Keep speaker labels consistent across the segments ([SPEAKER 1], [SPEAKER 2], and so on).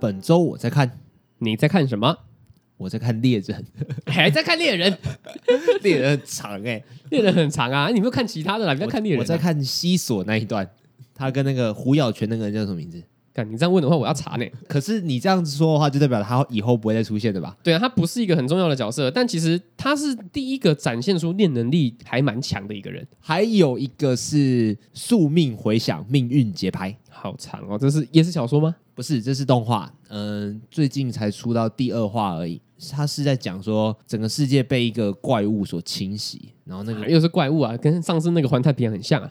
[SPEAKER 1] 本周我在看，
[SPEAKER 2] 你在看什 么？
[SPEAKER 1] 我在看《猎人
[SPEAKER 2] 还在看猎人？》，
[SPEAKER 1] 《 猎人》很长 哎、
[SPEAKER 2] 猎人很长啊，你有没有看其他的啦？你在看猎人、啊
[SPEAKER 1] 我在看西索那一段，他跟那个胡咬拳那个人叫什么名字？
[SPEAKER 2] 干，你这样问的话，我要查呢。
[SPEAKER 1] 可是你这样子说的话，就代表他以后不会再出现的吧？
[SPEAKER 2] 对啊，他不是一个很重要的角色，但其实他是第一个展现出练能力还蛮强的一个人。
[SPEAKER 1] 还有一个是宿命回响，命运节拍，
[SPEAKER 2] 好长哦，这是也是小说吗？
[SPEAKER 1] 不是，这是动画，嗯、最近才出到第二话而已。他是在讲说，整个世界被一个怪物所侵袭，然后那个
[SPEAKER 2] 啊又是怪物啊，跟上次那个环太平洋很像啊。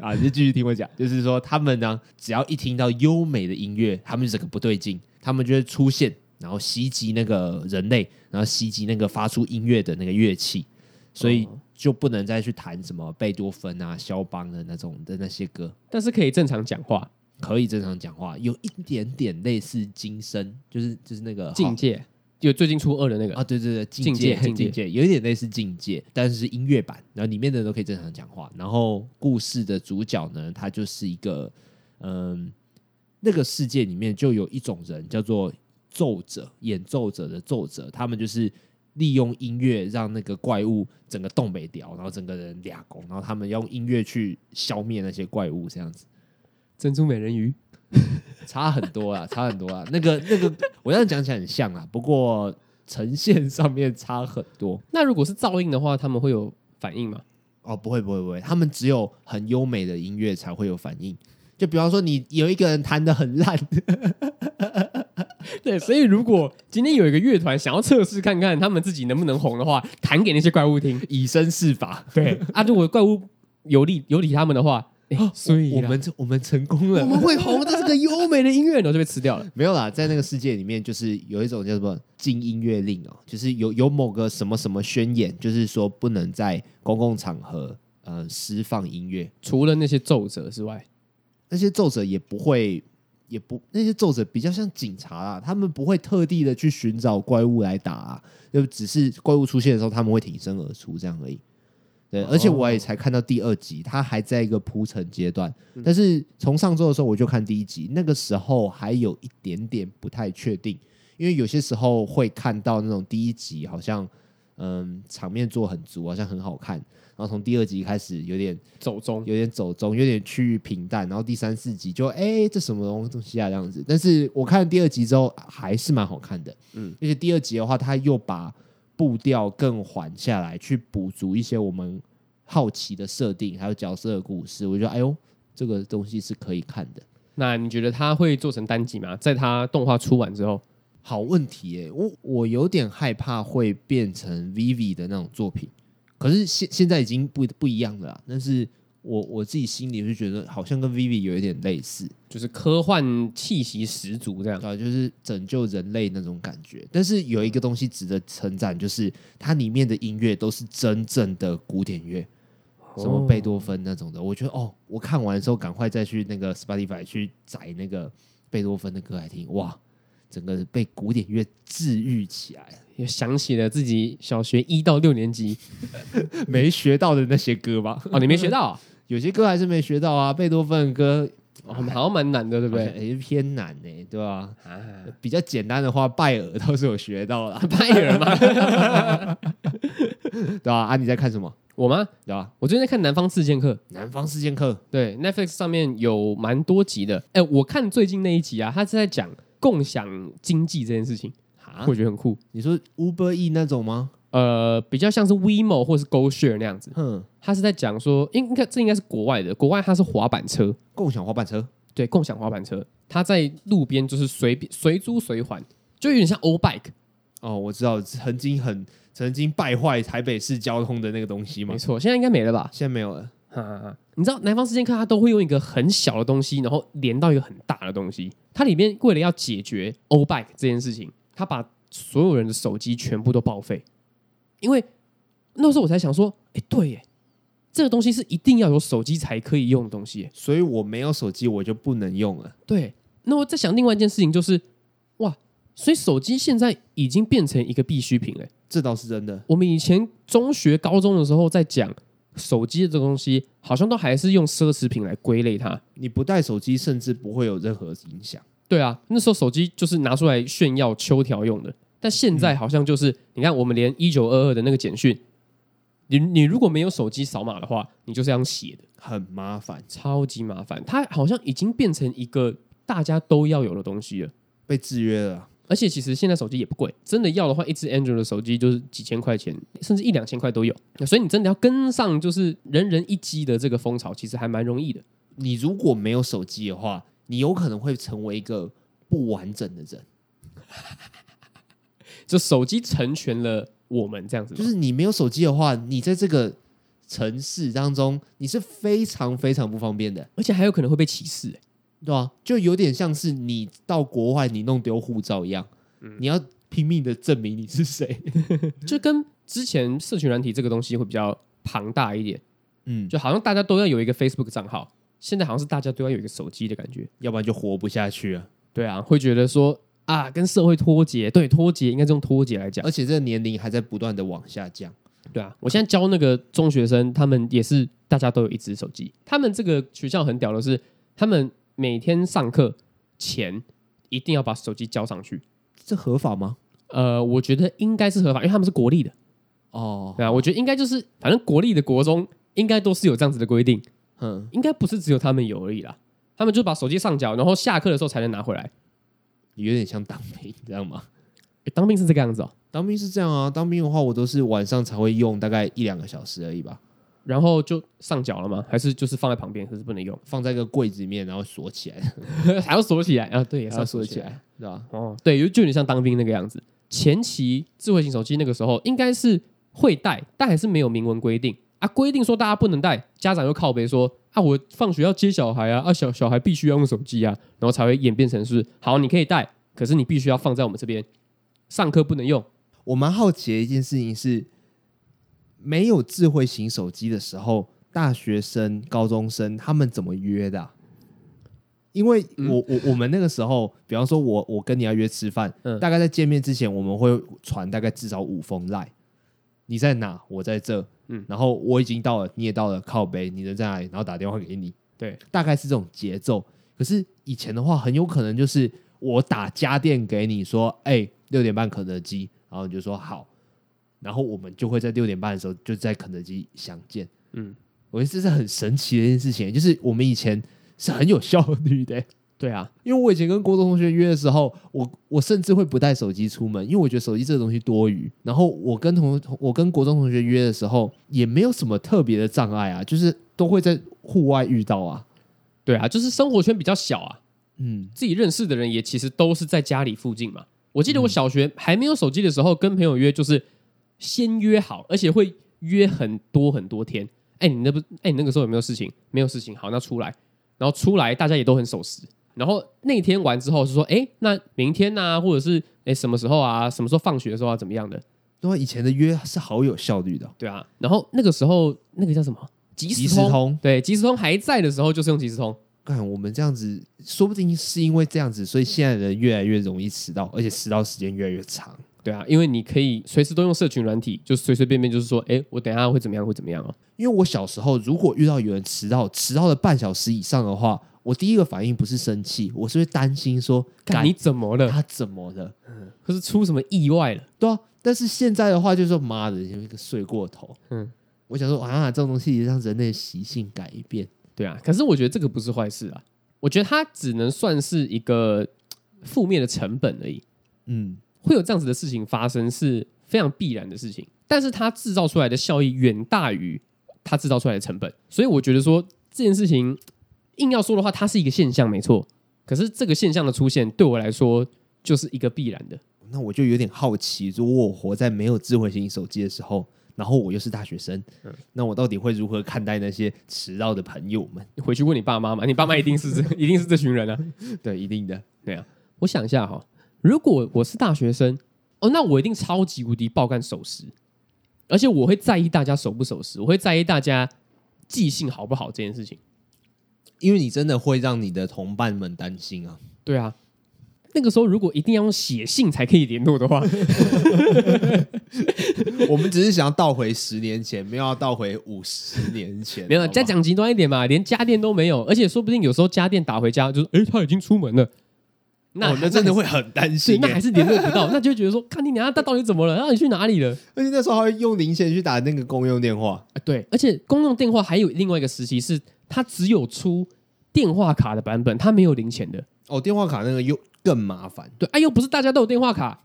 [SPEAKER 1] 啊，你就继续听我讲，就是说他们呢，只要一听到优美的音乐，他们就整个不对劲，他们就会出现，然后袭击那个人类，然后袭击那个发出音乐的那个乐器，所以
[SPEAKER 2] 哦
[SPEAKER 1] 就不能再去弹什么贝多芬啊、肖邦的那种的那些歌，
[SPEAKER 2] 但是可以正常讲话，
[SPEAKER 1] 可以正常讲话，有一点点类似今生，就是就是那个
[SPEAKER 2] 境界就最近初二的那个，
[SPEAKER 1] 啊，对对对，境
[SPEAKER 2] 境
[SPEAKER 1] 界
[SPEAKER 2] 界
[SPEAKER 1] 境
[SPEAKER 2] 境界
[SPEAKER 1] 界有一点类似境界，但是是音乐版，然后里面的人都可以正常讲话。然后故事的主角呢，他就是一个嗯，那个世界里面就有一种人叫做奏者，演奏者的奏者，他们就是。利用音乐让那个怪物整个东北掉，然后整个人俩拱，然后他们用音乐去消灭那些怪物，这样子
[SPEAKER 2] 珍珠美人鱼。
[SPEAKER 1] 差很多啦，差很多啦。那个那个，我这样讲起来很像啊，不过呈现上面差很多。
[SPEAKER 2] 那如果是噪音的话，他们会有反应吗？
[SPEAKER 1] 哦，不会不会不会，他们只有很优美的音乐才会有反应。就比方说，你有一个人弹的很烂，
[SPEAKER 2] 对，所以如果今天有一个乐团想要测试看看他们自己能不能红的话，弹给那些怪物听。
[SPEAKER 1] 以身试法。
[SPEAKER 2] 对啊，如果怪物有理有理他们的话，诶 所以啊
[SPEAKER 1] 我
[SPEAKER 2] 啦
[SPEAKER 1] 们 我们成功
[SPEAKER 2] 我们
[SPEAKER 1] 了。
[SPEAKER 2] 会红，但是个优美的音乐然后就被吃掉了。
[SPEAKER 1] 没有啦，在那个世界里面，就是有一种叫什么禁音乐令哦，就是有有某个什么什么宣言，就是说不能在公共场合呃释放音乐。
[SPEAKER 2] 除了那些奏折之外，
[SPEAKER 1] 那些奏者也不会，也不那些奏者比较像警察啦，他们不会特地的去寻找怪物来打、啊，就只是怪物出现的时候他们会挺身而出这样而已。对，而且我也才看到第二集，它还在一个铺陈阶段。但是从上周的时候我就看第一集，那个时候还有一点点不太确定，因为有些时候会看到那种第一集好像嗯场面做很足，好像很好看，然后从第二集开始有点
[SPEAKER 2] 走中
[SPEAKER 1] 有点走中，有点趋于平淡，然后第三四集就哎、这什么东东西啊这样子。但是我看第二集之后还是蛮好看的，嗯
[SPEAKER 2] 嗯，
[SPEAKER 1] 而且第二集的话，他又把步调更缓下来，去补足一些我们好奇的设定，还有角色的故事。我觉得哎呦，这个东西是可以看的。
[SPEAKER 2] 那你觉得他会做成单集吗？在他动画出完之后，
[SPEAKER 1] 好问题耶、我我有点害怕会变成 Vivi 的那种作品，可是现现在已经不不一样了啦。但是我我自己心里就觉得好像跟 Vivi 有一点类似。
[SPEAKER 2] 就是科幻气息十足这样。
[SPEAKER 1] 对啊，就是拯救人类那种感觉。但是有一个东西值得称赞，就是它里面的音乐都是真正的古典乐，
[SPEAKER 2] 哦
[SPEAKER 1] 什么贝多芬那种的。我觉得哦，我看完的时候赶快再去那个 Spotify 去载那个贝多芬的歌来听，哇，整个被古典乐治愈起来，
[SPEAKER 2] 也想起了自己小学一到六年 级
[SPEAKER 1] 没学到的那些歌吧，
[SPEAKER 2] 哦，你没学 到啊、
[SPEAKER 1] 有些歌还是没学到啊。贝多芬的歌
[SPEAKER 2] 哦，好像蛮难的，
[SPEAKER 1] 对
[SPEAKER 2] 对不
[SPEAKER 1] 不对？
[SPEAKER 2] 对？
[SPEAKER 1] 也是偏难呢、对吧、
[SPEAKER 2] 啊，
[SPEAKER 1] 比较简单的话，拜耳倒是有学到了，
[SPEAKER 2] 拜耳吗？
[SPEAKER 1] 对吧、啊？你在看什么？
[SPEAKER 2] 我吗？
[SPEAKER 1] 对吧、
[SPEAKER 2] 我最近在看《南方四剑客》，
[SPEAKER 1] 南方四剑客
[SPEAKER 2] 对 Netflix 上面有蛮多集的。哎，我看最近那一集啊，他是在讲共享经济这件事情，
[SPEAKER 1] 啊
[SPEAKER 2] 我，觉得很酷。
[SPEAKER 1] 你说 Uber E 那种吗？
[SPEAKER 2] 呃，比较像是 WeMo 或是 GoShare 那样子，
[SPEAKER 1] 哼，
[SPEAKER 2] 他是在讲说，应应该这应该是国外的，国外它是滑板车，
[SPEAKER 1] 共享滑板车
[SPEAKER 2] 对，共享滑板车，它在路边就是随便随租随还，就有点像 O Bike，
[SPEAKER 1] 哦，我知道，曾经很曾经败坏台北市交通的那个东西嘛
[SPEAKER 2] 没，错，现在应该没了吧？
[SPEAKER 1] 现在没有了。
[SPEAKER 2] 哈哈哈！啊你知道南方四剑客它都会用一个很小的东西，然后连到一个很大的东西。它里面为了要解决 O Bike 这件事情，它把所有人的手机全部都报废。因为那时候我才想说，哎，对耶，这个东西是一定要有手机才可以用的东西耶。
[SPEAKER 1] 所以我没有手机，我就不能用了。
[SPEAKER 2] 对，那我在想另外一件事情就是，哇，所以手机现在已经变成一个必需品了。
[SPEAKER 1] 这倒是真的。
[SPEAKER 2] 我们以前中学、高中的时候在讲手机的这个东西，好像都还是用奢侈品来归类它。
[SPEAKER 1] 你不带手机，甚至不会有任何影响。
[SPEAKER 2] 对啊，那时候手机就是拿出来炫耀秋条用的，但现
[SPEAKER 1] 嗯
[SPEAKER 2] 在好像就是、你看，我们连一九二二的那个简讯，你你如果没有手机扫码的话，你就是要用写的，
[SPEAKER 1] 很麻烦，
[SPEAKER 2] 超级麻烦。它好像已经变成一个大家都要有的东西了。
[SPEAKER 1] 被制约了。
[SPEAKER 2] 而且其实现在手机也不贵，真的要的话，一只 Android 的手机就是几千块钱，甚至一两千块都有。所以你真的要跟上，就是人人一机的这个风潮，其实还蛮容易的。
[SPEAKER 1] 你如果没有手机的话，你有可能会成为一个不完整的人，
[SPEAKER 2] 就手机成全了我们这样子吗，
[SPEAKER 1] 就是你没有手机的话，你在这个城市当中你是非常非常不方便的，
[SPEAKER 2] 而且还有可能会被歧视、欸
[SPEAKER 1] 对吧、就有点像是你到国外你弄丢护照一样，你要拼命的证明你是谁。
[SPEAKER 2] 就跟之前社群软体这个东西会比较庞大一点，
[SPEAKER 1] 嗯，
[SPEAKER 2] 就好像大家都要有一个 Facebook 账号，现在好像是大家都要有一个手机的感觉。
[SPEAKER 1] 要不然就活不下去了。
[SPEAKER 2] 对啊，会觉得说啊，跟社会脱节，对脱节应该是用脱节来讲。
[SPEAKER 1] 而且这个年龄还在不断的往下降。
[SPEAKER 2] 对啊，我现在教那个中学生，他们也是大家都有一只手机。他们这个学校很屌的是，他们每天上课前一定要把手机交上去。
[SPEAKER 1] 这合法吗？
[SPEAKER 2] 呃，我觉得应该是合法，因为他们是国立的。
[SPEAKER 1] 哦，
[SPEAKER 2] 对啊，我觉得应该就是，反正国立的国中应该都是有这样子的规定，
[SPEAKER 1] 嗯，
[SPEAKER 2] 应该不是只有他们有而已啦。他们就把手机上缴，然后下课的时候才能拿回来。
[SPEAKER 1] 有点像当兵， 知道吗？
[SPEAKER 2] 诶当兵是这个样子哦。
[SPEAKER 1] 当兵是这样啊，当兵的话，我都是晚上才会用，大概一两个小时而已吧，
[SPEAKER 2] 然后就上缴了吗？还是就是放在旁边，可是不能用，
[SPEAKER 1] 放在一个柜子里面，然后锁起来，
[SPEAKER 2] 还要锁起来啊？对，也是
[SPEAKER 1] 然后
[SPEAKER 2] 要
[SPEAKER 1] 锁
[SPEAKER 2] 锁
[SPEAKER 1] 起
[SPEAKER 2] 起来。
[SPEAKER 1] 来，对吧？
[SPEAKER 2] 哦，对，就就有点像当兵那个样子。前期智慧型手机那个时候应该是会带，但还是没有明文规定啊。规定说大家不能带，家长又靠背说啊，我放学要接小孩啊，啊小小孩必须要用手机啊，然后才会演变成是好，你可以带，可是你必须要放在我们这边，上课不能用。
[SPEAKER 1] 我蛮好奇的一件事情是，没有智慧型手机的时候，大学生、高中生他们怎么约的啊、因为我、
[SPEAKER 2] 嗯
[SPEAKER 1] 我我们那个时候，比方说我我跟你要约吃饭，
[SPEAKER 2] 嗯
[SPEAKER 1] 大概在见面之前，我们会传大概至少五封赖，你在哪？我在这，
[SPEAKER 2] 嗯
[SPEAKER 1] 然后我已经到了，你也到了，靠北，你人在哪里？然后打电话给你，
[SPEAKER 2] 对，
[SPEAKER 1] 大概是这种节奏。可是以前的话，很有可能就是我打家电给你说，哎、六点半肯德基，然后你就说好，然后我们就会在六点半的时候就在肯德基相见。
[SPEAKER 2] 嗯，
[SPEAKER 1] 我觉得这是很神奇的一件事情，就是我们以前是很有效率的、
[SPEAKER 2] 对啊，
[SPEAKER 1] 因为我以前跟国中同学约的时候，我我甚至会不带手机出门，因为我觉得手机这个东西多余。然后我跟同同我跟国中同学约的时候，也没有什么特别的障碍啊，就是都会在户外遇到啊。
[SPEAKER 2] 对啊，就是生活圈比较小啊，
[SPEAKER 1] 嗯，
[SPEAKER 2] 自己认识的人也其实都是在家里附近嘛。我记得
[SPEAKER 1] 嗯
[SPEAKER 2] 我小学还没有手机的时候，跟朋友约就是先约好，而且会约很多很多天。哎，你那不哎，你那个时候有没有事情？没有事情，好，那出来，然后出来大家也都很守时。然后那天完之后是说，哎，那明天呐、或者是哎什么时候啊，什么时候放学的时候啊，怎么样的？
[SPEAKER 1] 对啊，以前的约是好有效率的哦、
[SPEAKER 2] 对啊。然后那个时候那个叫什么？即
[SPEAKER 1] 即
[SPEAKER 2] 时
[SPEAKER 1] 时
[SPEAKER 2] 通。
[SPEAKER 1] 通，
[SPEAKER 2] 对，即时通还在的时候就是用即时通。
[SPEAKER 1] 看我们这样子，说不定是因为这样子，所以现在的人越来越容易迟到，而且迟到时间越来越长。
[SPEAKER 2] 对啊，因为你可以随时都用社群软体，就随随便便就是说，哎，我等一下会怎么样，会怎么样哦。
[SPEAKER 1] 因为我小时候，如果遇到有人迟到，迟到了半小时以上的话，我第一个反应不是生气，我是会担心说，
[SPEAKER 2] 干你怎么了？
[SPEAKER 1] 他怎么了？
[SPEAKER 2] 可是出什么意外了？
[SPEAKER 1] 对啊，但是现在的话就是说，妈的，有一个睡过头。
[SPEAKER 2] 嗯
[SPEAKER 1] 嗯，我想说啊，这种东西让人类习性改变。
[SPEAKER 2] 对啊，可是我觉得这个不是坏事啊，我觉得它只能算是一个嘖负面的成本而已。
[SPEAKER 1] 嗯，
[SPEAKER 2] 会有这样子的事情发生是非常必然的事情，但是它制造出来的效益远大于它制造出来的成本，所以我觉得说这件事情嘖硬要说的话，它是一个现象没错，可是这个现象的出现对我来说就是一个必然的。
[SPEAKER 1] 那我就有点好奇，如果我活在没有智慧型手机的时候，然后我又是大学生，
[SPEAKER 2] 嗯
[SPEAKER 1] 那我到底会如何看待那些迟到的朋友们？
[SPEAKER 2] 你回去问你爸妈 嘛，你爸妈一定是这一定是这群人啊。
[SPEAKER 1] 对，一定的。
[SPEAKER 2] 对啊，我想一下哈，如果我是大学生，哦，那我一定超级无敌爆干守时，而且我会在意大家守不守时，我会在意大家记性好不好这件事情。
[SPEAKER 1] 因为你真的会让你的同伴们担心啊！
[SPEAKER 2] 对啊，那个时候如果一定要用写信才可以联络的话，
[SPEAKER 1] 我们只是想要倒回十年前，没有要倒回五十年前。
[SPEAKER 2] 没有
[SPEAKER 1] 好不好
[SPEAKER 2] 再讲极哎端一点嘛，连家电都没有，而且说不定有时候家电打回家就是，诶，他已经出门了，哦那、
[SPEAKER 3] 哦、那真的会很担
[SPEAKER 2] 对，
[SPEAKER 3] 心
[SPEAKER 2] 那
[SPEAKER 3] 欸、
[SPEAKER 2] 还是联络不到，那就会觉得说，看你娘，他到底怎么了？那你去哪里了？
[SPEAKER 1] 而且那时候还会用零钱去打那个公用电话，
[SPEAKER 2] 啊，对，而且公用电话还有另外一个时期是，它只有出电话卡的版本，它没有零钱的。
[SPEAKER 1] 哦，电话卡那个又更麻烦。
[SPEAKER 2] 对，哎、又不是大家都有电话卡。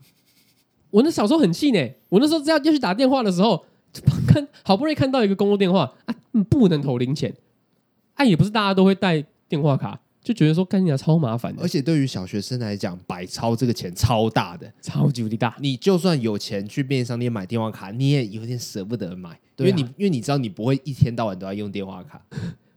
[SPEAKER 2] 我那小时候很气呢，我那时候只要要去打电话的时候，看好不容易看到一个公共电话，啊，嗯不能投零钱，啊，也不是大家都会带电话卡，就觉得说干你俩超麻烦的
[SPEAKER 1] 而，且对于小学生来讲，百超这个钱超大的，
[SPEAKER 2] 超级无敌大。
[SPEAKER 1] 你就算有钱去便利商店买电话卡，你也有点舍不得买，因
[SPEAKER 2] 对啊
[SPEAKER 1] 为你因为你知道你不会一天到晚都在用电话卡，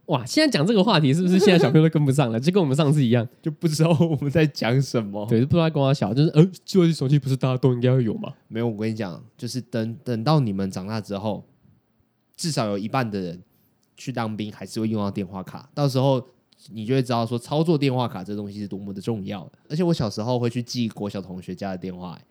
[SPEAKER 2] 哇，现在讲这个话题是不是现在小朋友都跟不上了？就跟我们上次一样，
[SPEAKER 1] 就不知道我们在讲什 么。
[SPEAKER 2] 对，就不知道在跟我小，就是呃，就是手机不是大家都应该要有吗？
[SPEAKER 1] 没有，我跟你讲，就是等等到你们长大之后，至少有一半的人去当兵还是会用到电话卡，到时候你就会知道说操作电话卡这东西是多么的重要。而且我小时候会去记国小同学家的电话、欸，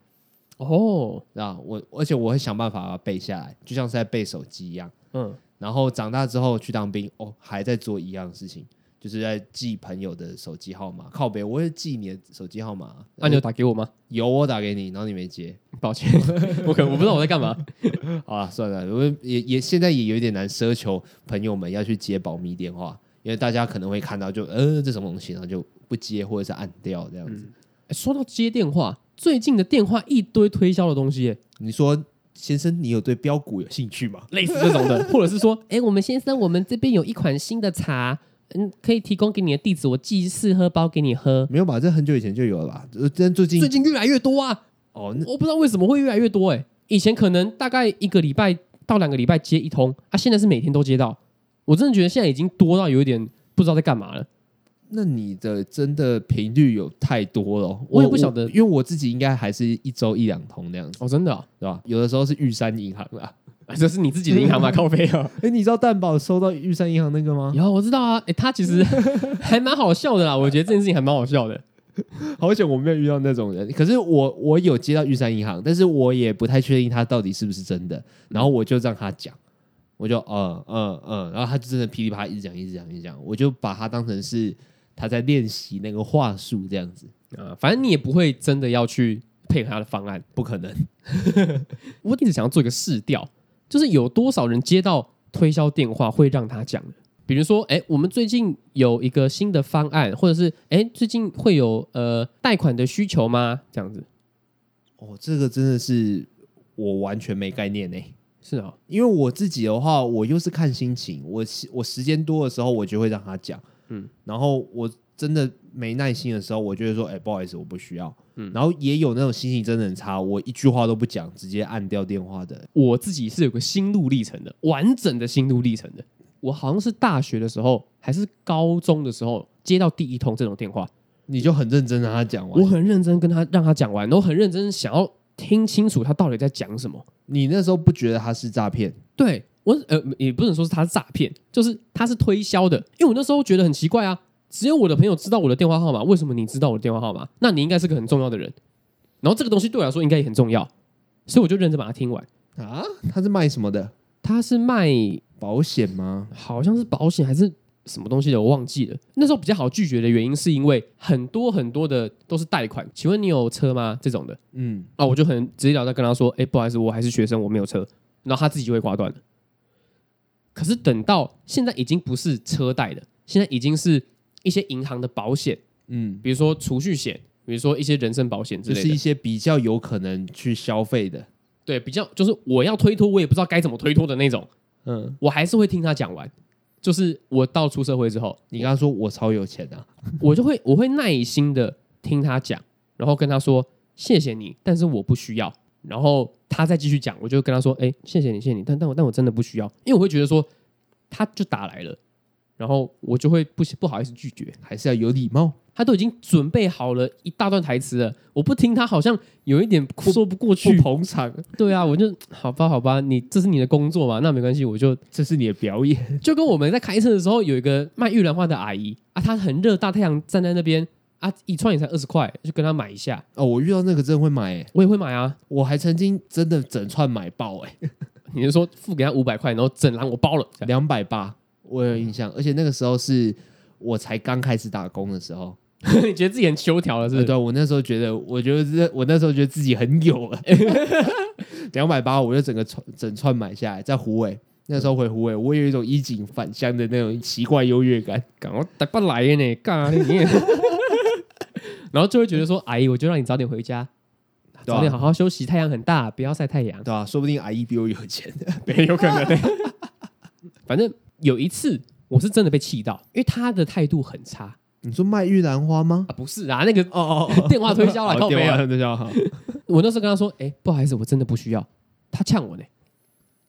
[SPEAKER 2] 哦，
[SPEAKER 1] 啊，我而且我会想办法把它背下来，就像是在背手机一样。
[SPEAKER 2] 嗯，
[SPEAKER 1] 然后长大之后去当兵，哦，还在做一样的事情，就是在记朋友的手机号码。靠北，我会记你的手机号码啊，
[SPEAKER 2] 那、你有打给我吗？
[SPEAKER 1] 有我打给你，然后你没接，
[SPEAKER 2] 抱歉， 我可能我不知道我在干嘛。
[SPEAKER 1] 好了，算了，我们也也现在也有一点难奢求朋友们要去接保密电话，因为大家可能会看到就呃这什么东西，然后就不接或者是按掉这样子。
[SPEAKER 2] 欸说到接电话，最近的电话一堆推销的东西哎耶，
[SPEAKER 1] 你说先生，你有对标股有兴趣吗？
[SPEAKER 2] 类似这种的， 或者是说，哎、我们先生，我们这边有一款新的茶，嗯，可以提供给你的地址，我寄试喝包给你喝。
[SPEAKER 1] 没有吧，这很久以前就有了吧？呃但最近
[SPEAKER 2] 最近越来越多啊，
[SPEAKER 1] 哦，那
[SPEAKER 2] 我不知道为什么会越来越多哎、以前可能大概一个礼拜到两个礼拜接一通啊，现在是每天都接到。我真的觉得现在已经多到有一点不知道在干嘛了。
[SPEAKER 1] 那你的真的频率有太多了，
[SPEAKER 2] 我也不晓得
[SPEAKER 1] 因为我自己应该还是一周一两通那样子，
[SPEAKER 2] 哦，真的、啊，
[SPEAKER 1] 对吧？有的时候是玉山银行啦，
[SPEAKER 2] 这是你自己的银行吗？靠背啊。
[SPEAKER 1] 哎，你知道蛋宝收到玉山银行那个吗？
[SPEAKER 2] 有，我知道啊，哎、他其实还蛮好笑的啦，我觉得这件事情还蛮好笑的。
[SPEAKER 1] 好险我没有遇到那种人，可是我我有接到玉山银行，但是我也不太确定他到底是不是真的，然后我就让他讲，我就嗯嗯嗯，然后他就真的噼里啪啦一直讲一直讲一直讲，我就把他当成是他在练习那个话术这样子，
[SPEAKER 2] 啊，反正你也不会真的要去配合他的方案。
[SPEAKER 1] 不可能，
[SPEAKER 2] 我一直想要做一个试调，就是有多少人接到推销电话会让他讲的。比如说，哎，我们最近有一个新的方案，或者是哎，最近会有呃贷款的需求吗？这样子
[SPEAKER 1] 哦，这个真的是我完全没概念呢、欸
[SPEAKER 2] 是啊、
[SPEAKER 1] 因为我自己的话，我又是看心情，我时我时间多的时候，我就会让他讲，嗯
[SPEAKER 2] 嗯，
[SPEAKER 1] 然后我真的没耐心的时候，我就会说，哎、不好意思，我不需要，嗯
[SPEAKER 2] 嗯，
[SPEAKER 1] 然后也有那种心情真的很差，我一句话都不讲，直接按掉电话的，
[SPEAKER 2] 我自己是有个心路历程的，完整的心路历程的。我好像是大学的时候，还是高中的时候接到第一通这种电话，
[SPEAKER 1] 你就很认真让他讲
[SPEAKER 2] 我
[SPEAKER 1] 完。
[SPEAKER 2] 很认真跟他让他讲完，然后很认真想要听清楚他到底在讲什么。
[SPEAKER 1] 你那时候不觉得他是诈骗？
[SPEAKER 2] 对我呃，也不能说是他是诈骗，就是他是推销的。因为我那时候觉得很奇怪啊，只有我的朋友知道我的电话号码，为什么你知道我的电话号码？那你应该是个很重要的人。然后这个东西对我来说应该也很重要，所以我就认真把它听完。
[SPEAKER 1] 啊，他是卖什么的？
[SPEAKER 2] 他是卖
[SPEAKER 1] 保险吗？
[SPEAKER 2] 好像是保险还是什么东西的，我忘记了。那时候比较好拒绝的原因是因为很多很多的都是贷款，请问你有车吗？这种的。
[SPEAKER 1] 嗯，
[SPEAKER 2] 啊，我就很直截了当跟他说：“哎、不好意思，我还是学生，我没有车。”然后他自己就会挂断了。可是等到现在已经不是车贷了，现在已经是一些银行的保险，
[SPEAKER 1] 嗯，
[SPEAKER 2] 比如说储蓄险，比如说一些人身保险之
[SPEAKER 1] 就
[SPEAKER 2] 类
[SPEAKER 1] 是一
[SPEAKER 2] 的。
[SPEAKER 1] 些比较有可能去消费的。
[SPEAKER 2] 对，比较就是我要推脱，我也不知道该怎么推脱的那种，
[SPEAKER 1] 嗯，
[SPEAKER 2] 我还是会听他讲完。就是我到出社会之后，
[SPEAKER 1] 你刚刚说我超有钱啊，
[SPEAKER 2] 我就会我会耐心的听他讲，然后跟他说谢谢你，但是我不需要。然后他再继续讲，我就跟他说，哎、谢谢你，谢谢你，但但我但我真的不需要，因为我会觉得说他就打来了，然后我就会不不好意思拒绝。
[SPEAKER 1] 还是要有礼貌。
[SPEAKER 2] 他都已经准备好了一大段台词了，我不听他好像有一点说不过去。
[SPEAKER 1] 捧场，
[SPEAKER 2] 对啊，我就好吧，好吧，你这是你的工作嘛，那没关系，我就
[SPEAKER 1] 这是你的表演。
[SPEAKER 2] 就跟我们在开车的时候，有一个卖玉兰花的阿姨啊，她很热，大太阳站在那边啊，一串也才二十块，就跟她买一下，
[SPEAKER 1] 哦，我遇到那个真的会买、欸，
[SPEAKER 2] 我也会买啊。
[SPEAKER 1] 我还曾经真的整串买爆、欸，
[SPEAKER 2] 你就说付给她五百块，然后整篮我包 了，这样
[SPEAKER 1] 两百八，我有印象。而且那个时候是我才刚开始打工的时候，
[SPEAKER 2] 你觉得自己很修条了，是不
[SPEAKER 1] 呃
[SPEAKER 2] 是？
[SPEAKER 1] 对啊，我那时候觉得，我觉得这我那时候觉得自己很有了， 两百八，我就整个串整串买下来，在虎尾。那时候回虎尾，我有一种衣锦返乡的那种奇怪优越感。
[SPEAKER 2] 干我打不来的呢，干啊你你也。然后就会觉得说，阿姨，我就让你早点回家，
[SPEAKER 1] 对啊
[SPEAKER 2] 早点好好休息，太阳很大，不要晒太阳。
[SPEAKER 1] 对啊，说不定阿姨比我有钱 的。
[SPEAKER 2] 没有可能。 反正有一次，我是真的被气到，因为他的态度很差啊，
[SPEAKER 1] 你说卖玉兰花吗？
[SPEAKER 2] 不是啊，那个
[SPEAKER 1] 哦哦哦，
[SPEAKER 2] 电话推销了，
[SPEAKER 1] 哦
[SPEAKER 2] 靠背
[SPEAKER 1] 电
[SPEAKER 2] 啊
[SPEAKER 1] 话推 销好。
[SPEAKER 2] 我那时候跟他说，哎、不好意思，我真的不需要。他呛我呢，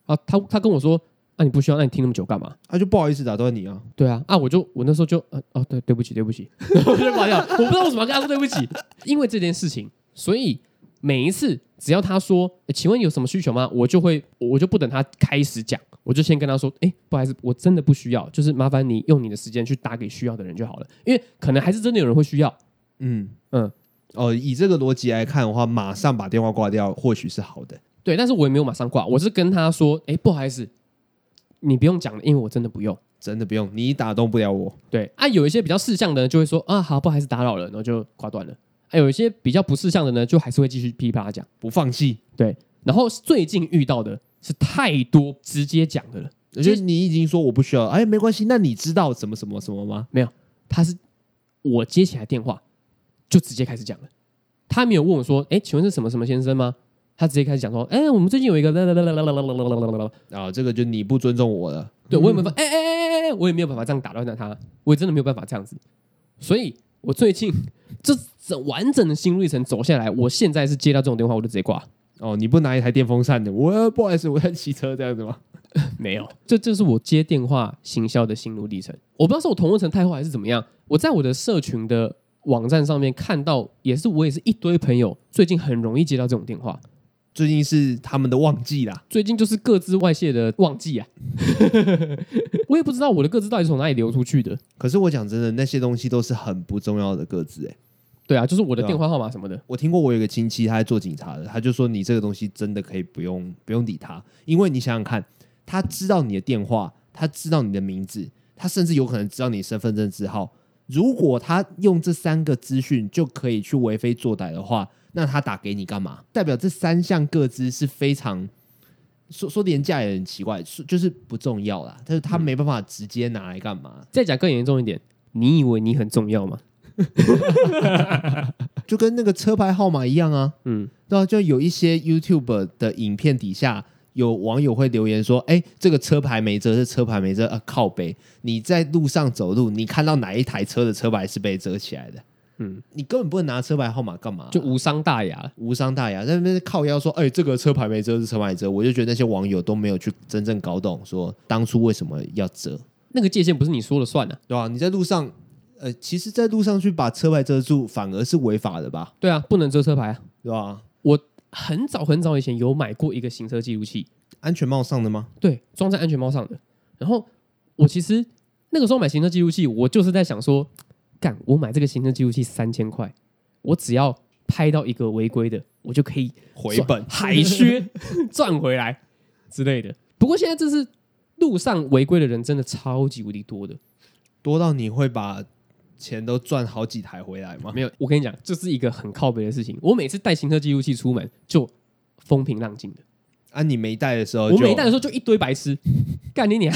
[SPEAKER 2] 啊，他他跟我说，啊，你不需要，那你听那么久干嘛？
[SPEAKER 1] 啊，就不好意思打断你啊。
[SPEAKER 2] 对啊，啊，我就我那时候就，呃，哦，对，对不起，对不起， 我就跑掉。我不知道为什么要跟他说对不起，因为这件事情，所以每一次只要他说、诶请问有什么需求吗？”我就会，我就不等他开始讲，我就先跟他说：“哎，不好意思，我真的不需要，就是麻烦你用你的时间去打给需要的人就好了，因为可能还是真的有人会需要。
[SPEAKER 1] 嗯
[SPEAKER 2] 嗯
[SPEAKER 1] 嗯，哦，以这个逻辑来看的话，马上把电话挂掉或许是好的。”
[SPEAKER 2] 对，但是我也没有马上挂，我是跟他说：“哎，不好意思，你不用讲了，因为我真的不用。”
[SPEAKER 1] 真的不用，你打动不了我。
[SPEAKER 2] 对啊，有一些比较事项的呢，就会说啊，好，不好意思打扰了，然后就挂断了。啊，有一些比较不事项的呢，就还是会继续噼里啪啦讲。
[SPEAKER 1] 不放弃。
[SPEAKER 2] 然后最近遇到的是太多直接讲的了，
[SPEAKER 1] 我觉得你已经说我不需要，哎，没关系。那你知道什么什么什么吗？
[SPEAKER 2] 他是我接起来电话就直接开始讲了，他没有问我说，哎，请问是什么什么先生吗？他直接开始讲说，哎，我们最近有一个 啦啦啦啦啦啦啦啦啦啦啦，
[SPEAKER 1] 啊，这个就你不尊重我了。
[SPEAKER 2] 对我也没办法，哎哎哎哎哎，我也没有办法这样打断到他，我也真的没有办法这样子，所以我最近这整完整的心路历程走下来，我现在是接到这种电话我就直接挂。
[SPEAKER 1] 哦，你不拿一台电风扇的，我不好意思，我在骑车这样子吗？
[SPEAKER 2] 没有，这这是我接电话行销的心路历程。我不知道是我同温层太厚还是怎么样，我在我的社群的网站上面看到，也是我也是一堆朋友最近很容易接到这种电话，
[SPEAKER 1] 最近是他们的旺季啦，
[SPEAKER 2] 最近就是各自外泄的旺季啊。 我也不知道我的各自到底是从哪里流出去的。
[SPEAKER 1] 可是我讲真的，那些东西都是很不重要的个字。哎，
[SPEAKER 2] 对啊，就是我的
[SPEAKER 1] 对啊
[SPEAKER 2] 电话号码什么的。
[SPEAKER 1] 我听过我有个亲戚，他在做警察的，他就说你这个东西真的可以不用不用理他，因为你想想看，他知道你的电话，他知道你的名字，他甚至有可能知道你身份证字号。如果他用这三个资讯就可以去为非作歹的话，那他打给你干嘛？代表这三项个资是非常说说廉价也很奇怪，说就是不重要啦，但是他没办法直接拿来干嘛？
[SPEAKER 2] 再讲更严重一点，你以为你很重要吗？
[SPEAKER 1] 就跟那个车牌号码一样啊。
[SPEAKER 2] 嗯，
[SPEAKER 1] 对啊，就有一些 YouTube 的影片底下有网友会留言说：“哎，这个车牌没遮，这车牌没遮，啊靠北！你在路上走路，你看到哪一台车的车牌是被遮起来的？
[SPEAKER 2] 嗯
[SPEAKER 1] 嗯，你根本不能拿车牌号码干嘛、啊
[SPEAKER 2] 就无伤大雅了。
[SPEAKER 1] 无伤大雅，在那边靠腰说：“哎，这个车牌没遮，这车牌没遮。”我就觉得那些网友都没有去真正搞懂说当初为什么要遮，
[SPEAKER 2] 那个界限不是你说了算啊。
[SPEAKER 1] 对吧、你在路上，呃，其实，在路上去把车牌遮住，反而是违法的吧，
[SPEAKER 2] 对啊，不能遮车牌啊。
[SPEAKER 1] 对吧、
[SPEAKER 2] 很早很早以前有买过一个行车记录器，
[SPEAKER 1] 安全帽上的吗？
[SPEAKER 2] 对，装在安全帽上的。然后我其实那个时候买行车记录器，我就是在想说，干，我买这个行车记录器三千块，我只要拍到一个违规的，我就可以
[SPEAKER 1] 回
[SPEAKER 2] 赚
[SPEAKER 1] 本
[SPEAKER 2] 海 削赚回来之类的。不过现在这是路上违规的人真的超级无敌多的，
[SPEAKER 1] 多到你会把钱都赚好几台回来吗？
[SPEAKER 2] 没有，我跟你讲，这是一个很靠北的事情。我每次带行车记录器出门就风平浪静的。
[SPEAKER 1] 啊，你没带的时候就，
[SPEAKER 2] 我每一代的时候就一堆白痴，干你娘！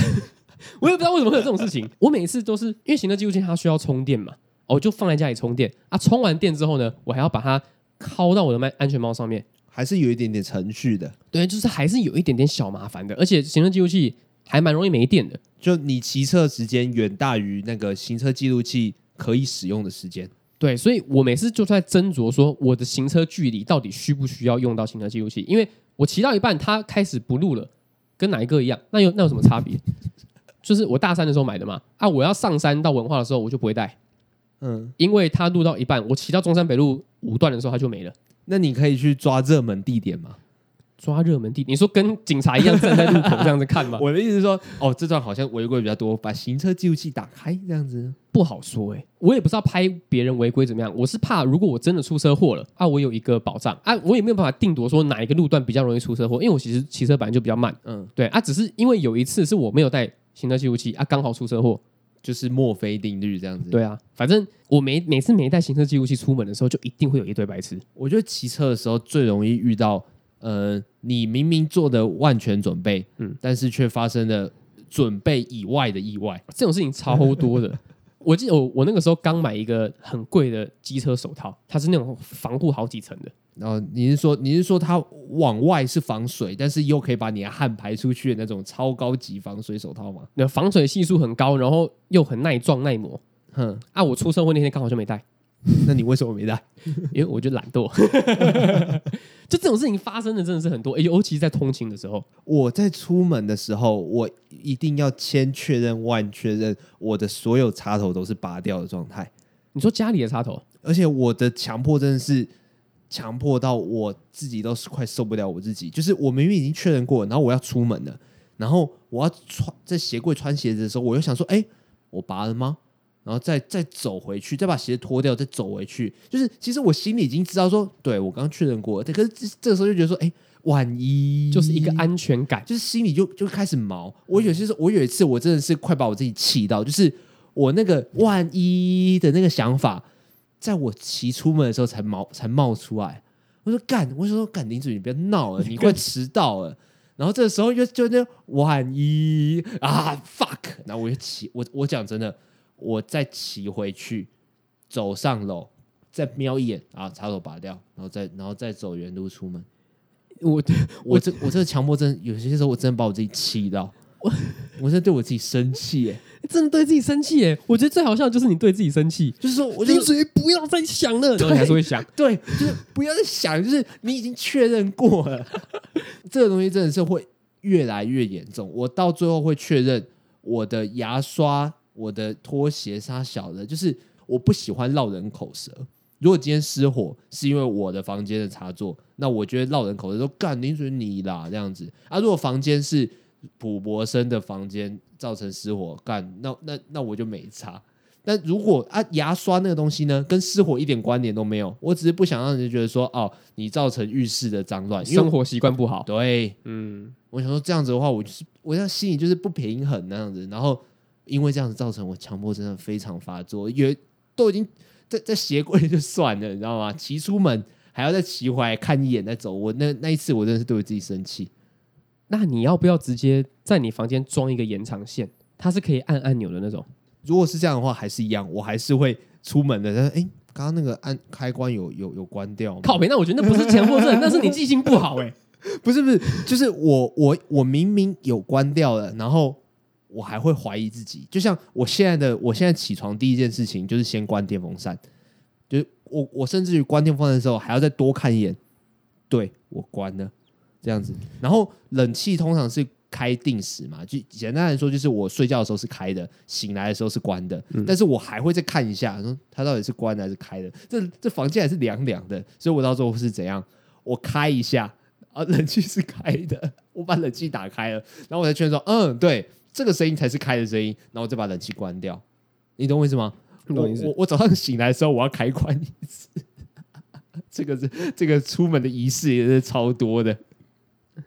[SPEAKER 2] 我也不知道为什么会有这种事情。我每次都是因为行车记录器它需要充电嘛，哦，我就放在家里充电啊。充完电之后呢，我还要把它拷到我的麦安全帽上面。
[SPEAKER 1] 还是有一点点程序的。
[SPEAKER 2] 对，就是还是有一点点小麻烦的，而且行车记录器还蛮容易没电的。
[SPEAKER 1] 就你骑车时间远大于那个行车记录器可以使用的时间。
[SPEAKER 2] 对，所以我每次就在斟酌说，我的行车距离到底需不需要用到行车记录器？因为我骑到一半，它开始不录了，跟哪一个一样？那有那有什么差别？ 就是我大三的时候买的嘛，啊，我要上山到文化的时候，我就不会带。
[SPEAKER 1] 嗯，
[SPEAKER 2] 因为它录到一半，我骑到中山北路五段的时候，它就没了。
[SPEAKER 1] 那你可以去抓热门地点吗？
[SPEAKER 2] 抓热门地，你说跟警察一样站在路口这样子看吗？
[SPEAKER 1] 我的意思是说，哦，这段好像违规比较多，把行车记录器打开这样子。
[SPEAKER 2] 不好说哎、我也不知道拍别人违规怎么样。我是怕如果我真的出车祸了啊，我有一个保障啊，我也没有办法定夺说哪一个路段比较容易出车祸，因为我其实骑车本来就比较慢，
[SPEAKER 1] 嗯，
[SPEAKER 2] 对啊，只是因为有一次是我没有带行车记录器啊，刚好出车祸，
[SPEAKER 1] 就是墨菲定律这样子。
[SPEAKER 2] 对啊，反正我每每次每一代行车记录器出门的时候，就一定会有一堆白痴。
[SPEAKER 1] 我觉得骑车的时候最容易遇到，呃，你明明做的万全准备，嗯
[SPEAKER 2] 嗯，
[SPEAKER 1] 但是却发生了准备以外的意外。
[SPEAKER 2] 这种事情超多的。我记得我我那个时候刚买一个很贵的机车手套，它是那种防护好几层的，
[SPEAKER 1] 然后你是说你是说它往外是防水，但是又可以把你的汗排出去的那种超高级防水手套吗？
[SPEAKER 2] 那防水系数很高，然后又很耐撞耐磨。
[SPEAKER 1] 哼，
[SPEAKER 2] 啊，我出社会那天刚好就没戴，
[SPEAKER 1] 那你为什么没带？
[SPEAKER 2] 因为我就懒惰。 就这种事情发生的真的是很多，尤其是在通勤的时候，
[SPEAKER 1] 我在出门的时候，我一定要千确认万确认我的所有插头都是拔掉的状态。
[SPEAKER 2] 你说家里的插头，
[SPEAKER 1] 而且我的强迫真的是强迫到我自己都是快受不了我自己。就是我明明已经确认过了，然后我要出门了，然后我要穿在鞋柜穿鞋子的时候，我又想说，哎、我拔了吗？然后再再走回去，再把鞋脱掉，再走回去。就是其实我心里已经知道说，对我刚确认过了，但可是这这时候就觉得说，哎、万一
[SPEAKER 2] 就是一个安全感。
[SPEAKER 1] 就是心里就就开始毛。我有些时候，我有一次我真的是快把我自己气到，就是我那个万一的那个想法，在我骑出门的时候才冒才冒出来。我说干，我就说干林子，你别闹了，你快迟到了。然后这个时候就就那万一啊 fuck，然后我就骑我我讲真的，我再骑回去，走上楼，再瞄一眼啊，插头拔掉，然后再然后再走原路出门。
[SPEAKER 2] 我
[SPEAKER 1] 我这我这个强迫症，有些时候我真的把我自己气到，我真的对我自己生气耶。
[SPEAKER 2] 真的对自己生气耶！我觉得最好笑的就是你对自己生气，
[SPEAKER 1] 就是说，我
[SPEAKER 2] 我
[SPEAKER 1] 就
[SPEAKER 2] 就是嘴不要再想了，然后你还是会想。
[SPEAKER 1] 对，就是不要再想，就是你已经确认过了，这个东西真的是会越来越严重。我到最后会确认我的牙刷、我的拖鞋啥小的，就是我不喜欢绕人口舌。如果今天失火是因为我的房间的插座，那我觉得绕人口舌说干林准你啦这样子啊。如果房间是普博生的房间造成失火，干那那那我就没差。但如果啊牙刷那个东西呢，跟失火一点关联都没有，我只是不想让人觉得说哦你造成浴室的脏乱，因为
[SPEAKER 2] 生活习惯不好，
[SPEAKER 1] 对
[SPEAKER 2] 嗯，
[SPEAKER 1] 我想说这样子的话，我就是我要心里就是不平衡那样子，然后因为这样子造成我强迫症的非常发作，也都已经在在鞋柜就算了，你知道吗？骑出门还要再骑回来看一眼再走，我那那一次我真的是对我自己生气。
[SPEAKER 2] 那你要不要直接在你房间装一个延长线？它是可以按按钮的那种。
[SPEAKER 1] 如果是这样的话，还是一样，我还是会出门的。但是哎，刚刚那个按开关有有有关掉吗？
[SPEAKER 2] 靠北，那我觉得那不是强迫症，那是你记性不好 哎、
[SPEAKER 1] 不是不是，就是我我我明明有关掉了，然后我还会怀疑自己。就像我现在的，我现在起床第一件事情就是先关电风扇，就是我我甚至于关电风扇的时候还要再多看一眼，对我关了这样子。然后冷气通常是开定时嘛，就简单来说就是我睡觉的时候是开的，醒来的时候是关的，
[SPEAKER 2] 嗯
[SPEAKER 1] 但是我还会再看一下，说它到底是关的还是开的。这这房间还是凉凉的，所以我到最后是怎样？我开一下。啊，冷气是开的， 我把冷气打开了，然后我才确认说，嗯，对，这个声音才是开的声音，然后我再把冷气关掉，你懂我意思吗？
[SPEAKER 2] 我懂意思
[SPEAKER 1] 我我早上醒来的时候，我要开关一次， 这个是这个出门的仪式也是超多的。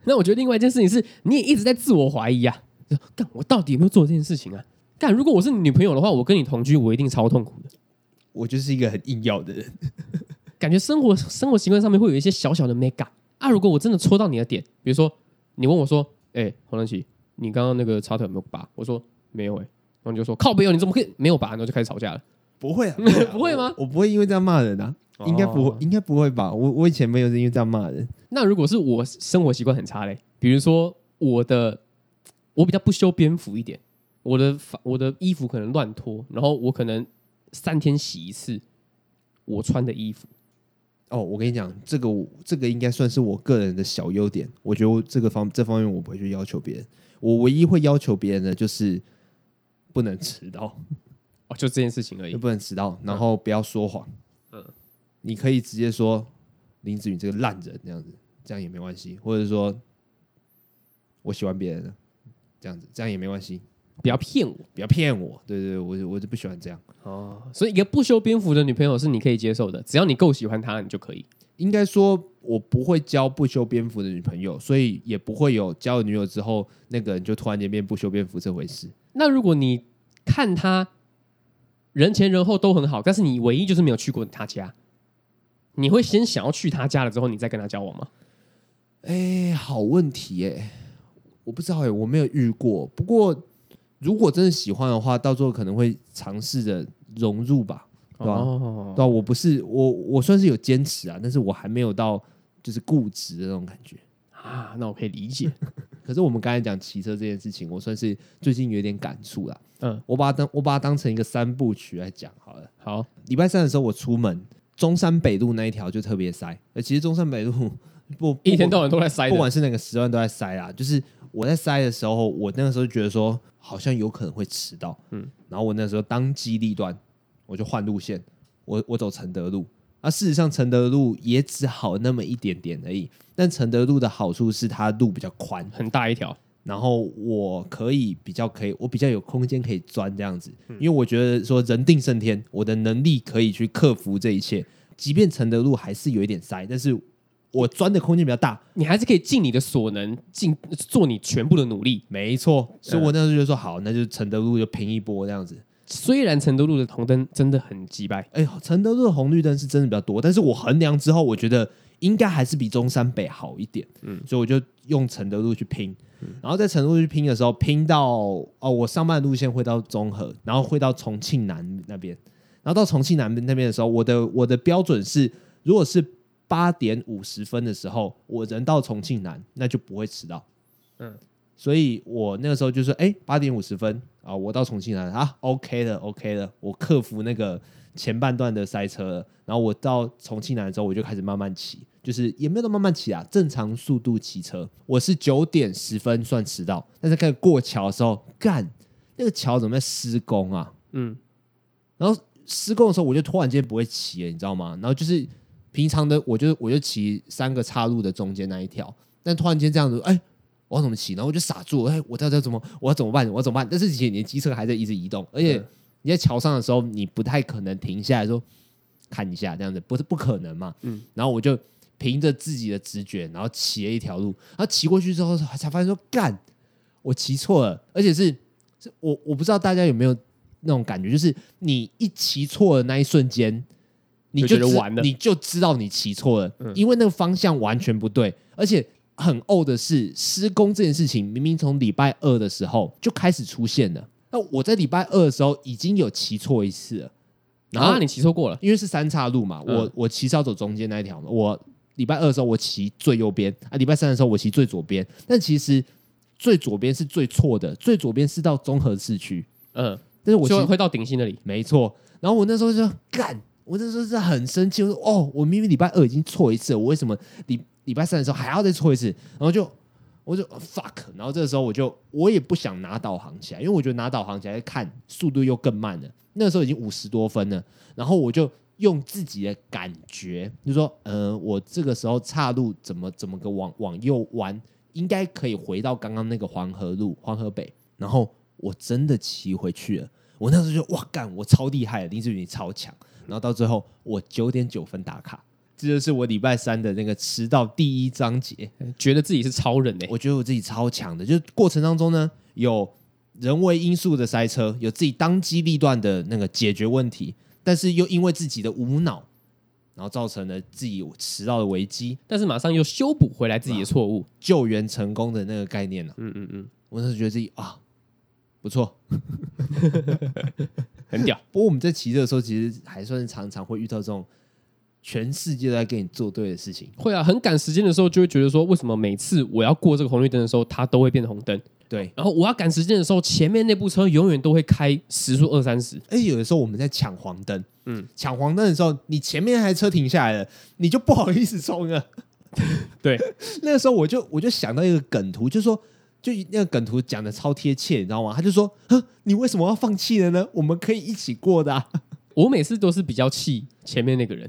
[SPEAKER 2] 那我觉得另外一件事情是，你也一直在自我怀疑啊，就干我到底有没有做这件事情啊？干，如果我是你女朋友的话，我跟你同居，我一定超痛苦的。
[SPEAKER 1] 我就是一个很硬要的人，
[SPEAKER 2] 感觉生活生活习惯上面会有一些小小的 mega 啊。如果我真的戳到你的点，比如说你问我说：“哎、黄仁琪，你刚刚那个插头有没有拔？”我说：“没有哎、然后你就说：“靠北哦，你怎么可以没有拔？”然后就开始吵架了。
[SPEAKER 1] 不 会啊
[SPEAKER 2] 不会吗
[SPEAKER 1] 我？我不会因为这样骂人啊，应该不会
[SPEAKER 2] 哦，
[SPEAKER 1] 应该不会吧？我我以前没有因为这样骂人，
[SPEAKER 2] 那如果是我生活习惯很差嘞，比如说我的我比较不修边幅一点，我的发我的衣服可能乱脱，然后我可能三天洗一次我穿的衣服。
[SPEAKER 1] 哦，我跟你讲，这个我这个应该算是我个人的小优点。我觉得我这个方这方面我不会去要求别人，我唯一会要求别人的就是不能迟到，
[SPEAKER 2] 哦，就这件事情而已
[SPEAKER 1] 也。不能迟到，然后不要说谎。嗯，你可以直接说林子宇这个烂人这样子，这样也没关系，或者说我喜欢别人了这样子，这样也没关系，
[SPEAKER 2] 不要骗我
[SPEAKER 1] 不要骗我。对对对，我就我就不喜欢这样。
[SPEAKER 2] 哦。所以一个不修边幅的女朋友是你可以接受的，只要你够喜欢她，你就可以。
[SPEAKER 1] 应该说，我不会交不修边幅的女朋友，所以也不会有交了女友之后，那个人就突然间变不修边幅这回事。
[SPEAKER 2] 那如果你看他人前人后都很好，但是你唯一就是没有去过他家。你会先想要去他家了之后，你再跟他交往吗？
[SPEAKER 1] 哎、好问题哎、我不知道哎、我没有遇过。不过如果真的喜欢的话，到最后可能会尝试着融入吧，对啊吧、
[SPEAKER 2] 哦
[SPEAKER 1] 对，吧、我不是我，我算是有坚持啊，但是我还没有到就是固执的那种感觉。
[SPEAKER 2] 啊，那我可以理解。
[SPEAKER 1] 可是我们刚才讲骑车这件事情，我算是最近有点感触啦。
[SPEAKER 2] 嗯，
[SPEAKER 1] 我把它当我把它当成一个三部曲来讲好了。
[SPEAKER 2] 好，
[SPEAKER 1] 礼拜三的时候我出门，中山北路那一条就特别塞。呃，其实中山北路 不
[SPEAKER 2] 一天
[SPEAKER 1] 到。
[SPEAKER 2] 到晚都在塞
[SPEAKER 1] 不
[SPEAKER 2] 的。
[SPEAKER 1] 管是哪个时段都在塞啦。就是我在塞的时候，我那个时候觉得说好像有可能会迟到，嗯
[SPEAKER 2] 嗯，
[SPEAKER 1] 然后我那时候当机立断，我就换路线，我我走承德路。啊，事实上承德路也只好那么一点点而已，但承德路的好处是它路比较宽，
[SPEAKER 2] 很大一条，
[SPEAKER 1] 然后我可以比较可以，我比较有空间可以钻这样子，因为我觉得说人定胜天，我的能力可以去克服这一切，即便承德路还是有一点塞，但是我钻的空间比较大，
[SPEAKER 2] 你还是可以尽你的所能，尽做你全部的努力。
[SPEAKER 1] 没错，所以我那时候就说好，那就承德路就拼一波这样子。
[SPEAKER 2] 虽然成都路的红灯真的很鸡掰，
[SPEAKER 1] 哎、承德路的红绿灯是真的比较多，但是我衡量之后，我觉得应该还是比中山北好一点。嗯，所以我就用承德路去拼，然后在承德路去拼的时候，拼到哦，我上班的路线会到中和，然后会到重庆南那边，然后到重庆南那边的时候，我的我的标准是，如果是八点五十分的时候，我人到重庆南，那就不会迟到。所以我那个时候就说，哎、八点五十分啊，我到重庆来了啊，OK 了，OK 了，我克服那个前半段的塞车了，然后我到重庆来之后，我就开始慢慢骑，就是也没有到慢慢骑啊，正常速度骑车。我是九点十分算迟到，但是开始过桥的时候，干那个桥怎么在施工啊？
[SPEAKER 2] 嗯，
[SPEAKER 1] 然后施工的时候，我就突然间不会骑了，你知道吗？然后就是平常的，我就我就骑三个岔路的中间那一条，但突然间这样子，哎，我要怎么骑？然后我就傻住了，哎，我到底要怎么，我要怎么办？我要怎么办？但是其实你的机车还在一直移动，而且
[SPEAKER 2] 嗯
[SPEAKER 1] 你在桥上的时候，你不太可能停下来说看一下这样子，不是不可能嘛。嗯，然后我就凭着自己的直觉，然后骑了一条路，然后骑过去之后才发现说干，我骑错了，而且是是我我不知道大家有没有那种感觉，就是你一骑错的那一瞬间，你
[SPEAKER 2] 就觉得
[SPEAKER 1] 知
[SPEAKER 2] 完了嗯
[SPEAKER 1] 你就知道你骑错了，因为那个方向完全不对，而且很呕的是，施工这件事情明明从礼拜二的时候就开始出现了，那我在礼拜二的时候已经有骑错一次了，然
[SPEAKER 2] 然
[SPEAKER 1] 后
[SPEAKER 2] 啊后、你骑错过了，
[SPEAKER 1] 因为是三岔路嘛，
[SPEAKER 2] 嗯
[SPEAKER 1] 我我骑是要走中间那一条嘛，我礼拜二的时候我骑最右边啊，礼拜三的时候我骑最左边，但其实最左边是最错的，最左边是到综合市区，
[SPEAKER 2] 嗯，
[SPEAKER 1] 但是我骑
[SPEAKER 2] 就会到顶新那里，
[SPEAKER 1] 没错，然后我那时候就干，我那时候是很生气，我说哦，我明明礼拜二已经错一次了，我为什么礼礼拜三的时候还要再错一次？然后就我就哦 fuck，然后这个时候我就我也不想拿导航起来，因为我觉得拿导航起来看速度又更慢了。那个时候已经五十多分了，然后我就用自己的感觉，就说，呃，我这个时候岔路怎么怎么个往往右弯，应该可以回到刚刚那个黄河路黄河北，然后我真的骑回去了。我那时候就哇干，我超厉害的，林志宇你超强。然后到最后我九点九分打卡，这就是我礼拜三的那个迟到第一章节。
[SPEAKER 2] 觉得自己是超人欸呢、
[SPEAKER 1] 我觉得我自己超强的，就是过程当中呢，有人为因素的塞车，有自己当机立断的那个解决问题，但是又因为自己的无脑，然后造成了自己迟到的危机，
[SPEAKER 2] 但是马上又修补回来自己
[SPEAKER 1] 啊
[SPEAKER 2] 的错误。
[SPEAKER 1] 救援成功的那个概念呢、
[SPEAKER 2] 嗯嗯嗯，
[SPEAKER 1] 我那时候觉得自己啊不错。
[SPEAKER 2] 很屌。
[SPEAKER 1] 不过我们在骑车的时候，其实还算是常常会遇到这种全世界都在跟你作对的事情。
[SPEAKER 2] 会啊，很赶时间的时候就会觉得说，为什么每次我要过这个红绿灯的时候，它都会变红灯？
[SPEAKER 1] 对，
[SPEAKER 2] 然后我要赶时间的时候，前面那部车永远都会开时速二三十。
[SPEAKER 1] 而哎且有的时候我们在抢黄灯，嗯
[SPEAKER 2] 嗯，
[SPEAKER 1] 抢黄灯的时候，你前面那台车停下来了，你就不好意思冲了。
[SPEAKER 2] 对，
[SPEAKER 1] 那个时候我就我就想到一个梗图，就说就那个梗图讲的超贴切，你知道吗？他就说：“哼，你为什么要放弃了呢？我们可以一起过 的、啊。
[SPEAKER 2] 我每次都是比较气前面那个人，”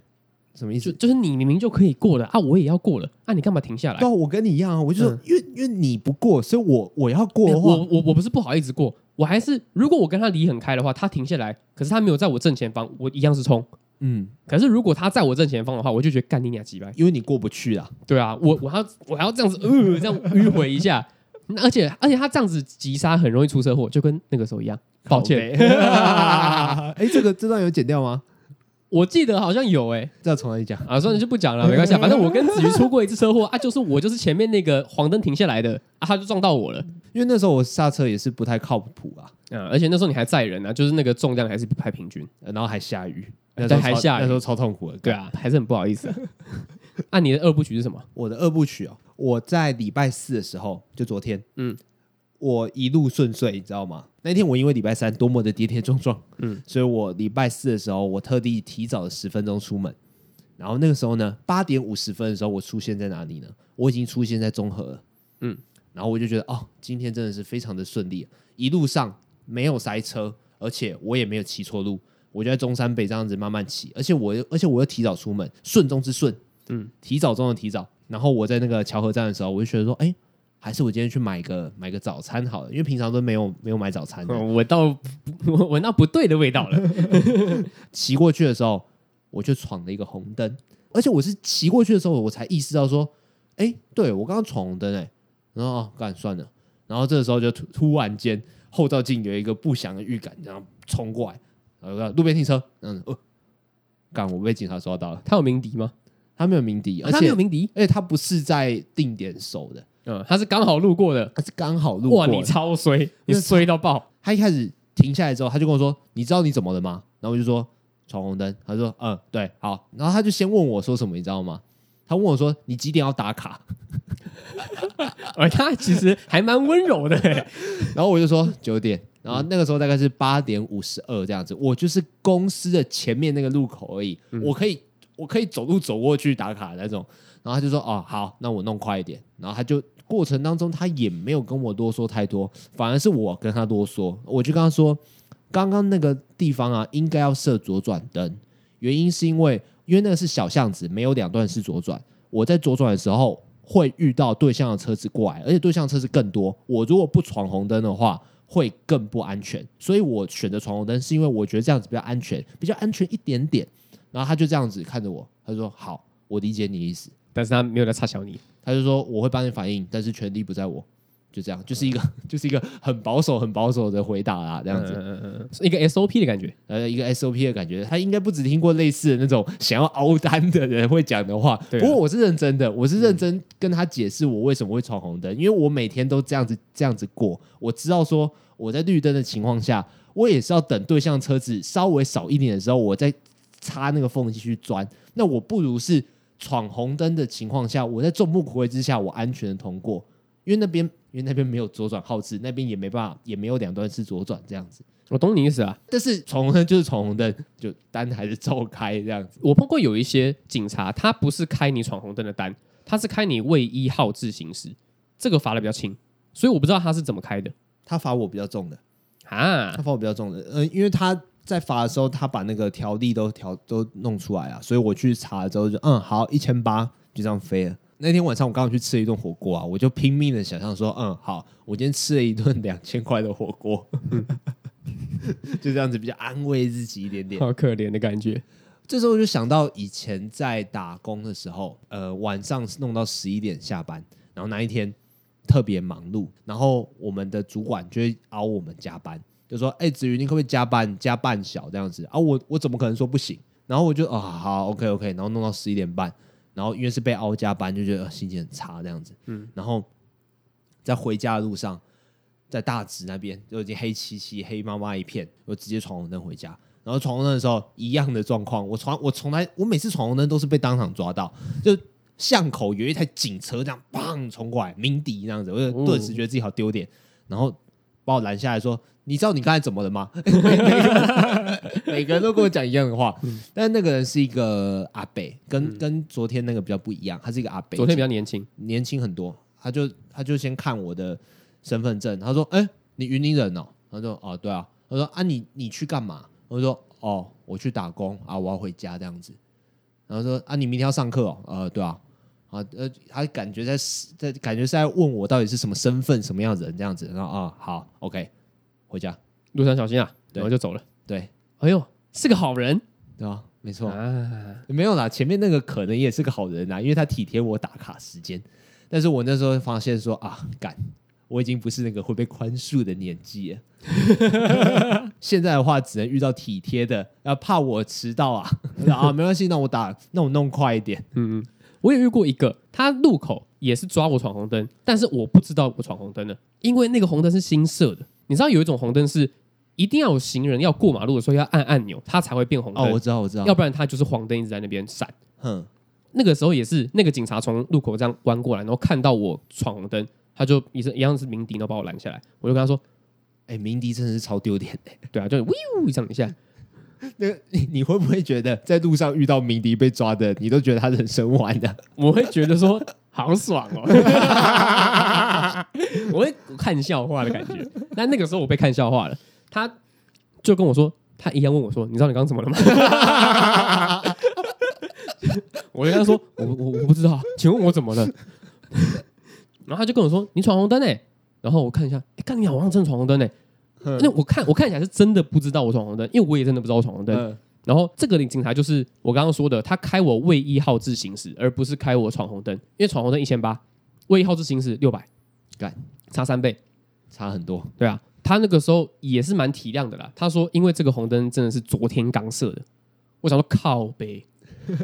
[SPEAKER 1] 什么意
[SPEAKER 2] 就
[SPEAKER 1] 思？
[SPEAKER 2] 就是你明明就可以过了啊，我也要过了啊，你干嘛停下来
[SPEAKER 1] 对、？啊，我跟你一样啊，我就说，
[SPEAKER 2] 嗯
[SPEAKER 1] 因为因为你不过，所以我我要过
[SPEAKER 2] 没
[SPEAKER 1] 的
[SPEAKER 2] 有
[SPEAKER 1] 话
[SPEAKER 2] 我，我我不是不好意思过，我还是如果我跟他离很开的话，他停下来，可是他没有在我正前方，我一样是冲。
[SPEAKER 1] 嗯，
[SPEAKER 2] 可是如果他在我正前方的话，我就觉得干你俩鸡掰。
[SPEAKER 1] 因为你过不去啊。
[SPEAKER 2] 对啊，我我还要我还要这样子， 呃，这样迂回一下。那而且而且他这样子急刹很容易出车祸，就跟那个时候一样。抱歉，
[SPEAKER 1] 哎，这个这段有剪掉吗？
[SPEAKER 2] 我记得好像有哎、
[SPEAKER 1] 这要从哪里讲？
[SPEAKER 2] 啊，算了，就不 讲了，没关系啊，反正我跟子瑜出过一次车祸啊，就是我就是前面那个黄灯停下来的啊，他就撞到我了，
[SPEAKER 1] 因为那时候我刹车也是不太靠谱啊，
[SPEAKER 2] 嗯、而且那时候你还载人啊，就是那个重量还是不太平均，
[SPEAKER 1] 呃然后还下雨，
[SPEAKER 2] 对
[SPEAKER 1] 那时候超
[SPEAKER 2] 还下雨
[SPEAKER 1] 那时候超痛苦的。
[SPEAKER 2] 对，啊，还是很不好意思啊。 啊，你的二部曲是 什么？
[SPEAKER 1] 我的二部曲哦，我在礼拜四的时候，就昨天，
[SPEAKER 2] 嗯
[SPEAKER 1] 嗯，我一路顺遂，你知道吗？那天我因为礼拜三多么的跌跌撞撞，
[SPEAKER 2] 嗯
[SPEAKER 1] 嗯，所以我礼拜四的时候，我特地提早了十分钟出门。然后那个时候呢，八点五十分的时候，我出现在哪里呢？我已经出现在中和了，
[SPEAKER 2] 嗯
[SPEAKER 1] 嗯，然后我就觉得哦，今天真的是非常的顺利，一路上没有塞车，而且我也没有骑错路，我就在中山北这样子慢慢骑，而且我又而且我又提早出门，顺中之顺，
[SPEAKER 2] 嗯
[SPEAKER 1] 嗯，提早中的提早。然后我在那个桥河站的时候，我就觉得说，哎，还是我今天去买个买个早餐好了，因为平常都没有没有买早餐的。
[SPEAKER 2] 嗯闻到 我闻到不对的味道了。
[SPEAKER 1] 骑过去的时候，我就闯了一个红灯，而且我是骑过去的时候，我才意识到说，哎、对我刚刚闯红灯哎、然后哦，干算了，然后这个时候就突突然间后照镜有一个不祥的预感，然后冲过来，然后我看路边停车，嗯，呃干、我被警察抓到了，
[SPEAKER 2] 他有鸣笛吗？
[SPEAKER 1] 他没有鸣笛，
[SPEAKER 2] 啊
[SPEAKER 1] 而
[SPEAKER 2] 他没
[SPEAKER 1] 且、
[SPEAKER 2] 有鸣笛，
[SPEAKER 1] 而且他不是在定点守的，
[SPEAKER 2] 嗯，他是刚好路过的。
[SPEAKER 1] 他是刚好路
[SPEAKER 2] 哇，
[SPEAKER 1] 过
[SPEAKER 2] 你
[SPEAKER 1] 的，
[SPEAKER 2] 超衰，你
[SPEAKER 1] 那
[SPEAKER 2] 衰到爆！
[SPEAKER 1] 他一开始停下来之后，他就跟我说：“你知道你怎么了吗？”然后我就说：“闯红灯。”他说：“嗯，对，好。”然后他就先问我说什么，你知道吗？他问我说：“你几点要打卡
[SPEAKER 2] 而他其实还蛮温 柔的、欸，？”
[SPEAKER 1] 然后我就说：“九点。”然后那个时候大概是八点五十二这样子，我就是公司的前面那个路口而已，我可以我可以走路走过去打卡那种。然后他就说：“哦，好，那我弄快一点。”然后他就过程当中他也没有跟我多说太多，反而是我跟他多说，我就跟他说：“刚刚那个地方啊，应该要设左转灯，原因是因为因为那个是小巷子，没有两段是左转。我在左转的时候会遇到对向的车子过来，而且对向车子更多。我如果不闯红灯的话，会更不安全。所以我选择闯红灯，是因为我觉得这样子比较安全，比较安全一点点。然后他就这样子看着我，他说：“好，我理解你的意思。
[SPEAKER 2] 但是他没有在插小你。”
[SPEAKER 1] 他就说：“我会帮你反应，但是权力不在我。”就这样，就是一个 就是一个很保守、很保守的回答啦，这
[SPEAKER 2] 这
[SPEAKER 1] 样
[SPEAKER 2] 样
[SPEAKER 1] 子
[SPEAKER 2] 子，。嗯嗯嗯是一个 SOP 的感觉。
[SPEAKER 1] 呃，一个 SOP 的感觉，他应该不止听过类似的那种想要凹单的人会讲的话。
[SPEAKER 2] 对啊
[SPEAKER 1] 不过我是认真的，我是认真跟他解释我为什么会闯红灯，因为我每天都这样子这样子过，我知道说我在绿灯的情况下，我也是要等对向车子稍微少一点的时候，我再插那个缝隙去钻。那我不如是闯红灯的情况下，我在众目睽睽之下，我安全的通过，因为那边因为那边没有左转号志，那边也没办法，也没有两段是左转这样子。
[SPEAKER 2] 我懂你意思啊。
[SPEAKER 1] 但是闯红灯就是闯红灯，就单还是照开这样子。
[SPEAKER 2] 我碰过有一些警察，他不是开你闯红灯的单，他是开你未依号志行驶，这个罚的比较轻，所以我不知道他是怎么开的
[SPEAKER 1] 他罚我比较重的，
[SPEAKER 2] 啊
[SPEAKER 1] 他。罚我比较重的，呃，因为他在罚的时候，他把那个条例都调都弄出来啊，所以我去查了之后就嗯好一千八就这样飞了。那天晚上我刚好去吃了一顿火锅啊，我就拼命的想象说，嗯，好，我今天吃了一顿两千块的火锅， 就这样子比较安慰自己一点点。
[SPEAKER 2] 好可怜的感觉，
[SPEAKER 1] 这时候我就想到以前在打工的时候，呃，晚上弄到十一点下班，然后那一天特别忙碌，然后我们的主管就会熬我们加班，就说：“哎、子瑜，你可不可以加班加半小这样子？”啊，我我怎么可能说不行？然后我就啊、好，OK OK，然后弄到十一点半，然后因为是被熬加班，就觉得、呃心情很差这样子，嗯，然后在回家的路上，在大直那边就已经黑漆漆、黑麻麻一片，我直接闯红灯回家。然后闯红灯的时候，一样的状况，我闯我从来我每次闯红灯都是被当场抓到，就巷口有一台警车这样砰冲过来，鸣笛那样子，我就顿时觉得自己好丢脸，然后把我拦下来说：“你知道你刚才怎么了吗？” 每每个每个人都 跟我讲一样的话，
[SPEAKER 2] 嗯
[SPEAKER 1] 但那个人是一个阿北，跟、跟昨天那个比较不一样，他是一个阿北，
[SPEAKER 2] 昨天比较年轻，
[SPEAKER 1] 年轻很多，他就他就先看我的身份证，他说：“哎、你云林人哦？”他说：“哦，对啊。”他说：“啊，你你去干嘛？”我说：“哦，我去打工啊，我要回家这样子。”然后说：“啊，你明天要上课哦？”呃，对啊。啊，呃，他感觉在在感觉是在问我到底是什么身份、什么样的人这样子。然后啊，好，OK，回家，
[SPEAKER 2] 路上小心啊，
[SPEAKER 1] 对
[SPEAKER 2] 然后就走了。
[SPEAKER 1] 对
[SPEAKER 2] 哎呦，是个好人
[SPEAKER 1] 对啊，没错。
[SPEAKER 2] 啊！
[SPEAKER 1] 没有啦，前面那个可能也是个好人啦，因为他体贴我打卡时间。但是我那时候发现说啊，干，我已经不是那个会被宽恕的年纪了。 现在的话，只能遇到体贴的，啊，怕我迟到啊， 啊，没关系，那我打，那我弄快一点。
[SPEAKER 2] 嗯，嗯，我也遇过一个，他路口也是抓我闯红灯，但是我不知道我闯红灯了，因为那个红灯是新设的。你知道有一种红灯是一定要有行人要过马路的时候要按按钮，它才会变红灯，
[SPEAKER 1] 哦，我知道，我知道，
[SPEAKER 2] 要不然它就是黄灯一直在那边闪。
[SPEAKER 1] 哼，
[SPEAKER 2] 那个时候也是那个警察从路口这样弯过来，然后看到我闯红灯，他就也是一样是鸣笛，然后把我拦下来。我就跟他说
[SPEAKER 1] 哎、鸣笛真的是超丢脸的。：“
[SPEAKER 2] 对啊，就呜这样一下。
[SPEAKER 1] 那个你你会不会觉得在路上遇到鸣笛被抓的，你都觉得他人生完了？”
[SPEAKER 2] 我会觉得说好爽哦，我会看笑话的感觉。但那个时候我被看笑话了，他就跟我说，他一样问我说：“你知道你刚刚怎么了吗？” 我就跟他说：“我我我不知道，请问我怎么了？”然后他就跟我说：“你闯红灯哎、然后我看一下，哎，看你好像真的闯红灯哎、
[SPEAKER 1] 嗯
[SPEAKER 2] 那我看我看起来是真的不知道我闯红灯，因为我也真的不知道我闯红灯。
[SPEAKER 1] 嗯
[SPEAKER 2] 然后这个警察就是我刚刚说的，他开我未依号志行驶，而不是开我闯红灯，因为闯红灯一千八，未依号志行驶六百，
[SPEAKER 1] 干
[SPEAKER 2] 差三倍，
[SPEAKER 1] 差很多。
[SPEAKER 2] 对啊。他那个时候也是蛮体谅的啦，他说因为这个红灯真的是昨天刚设的，我想说靠呗，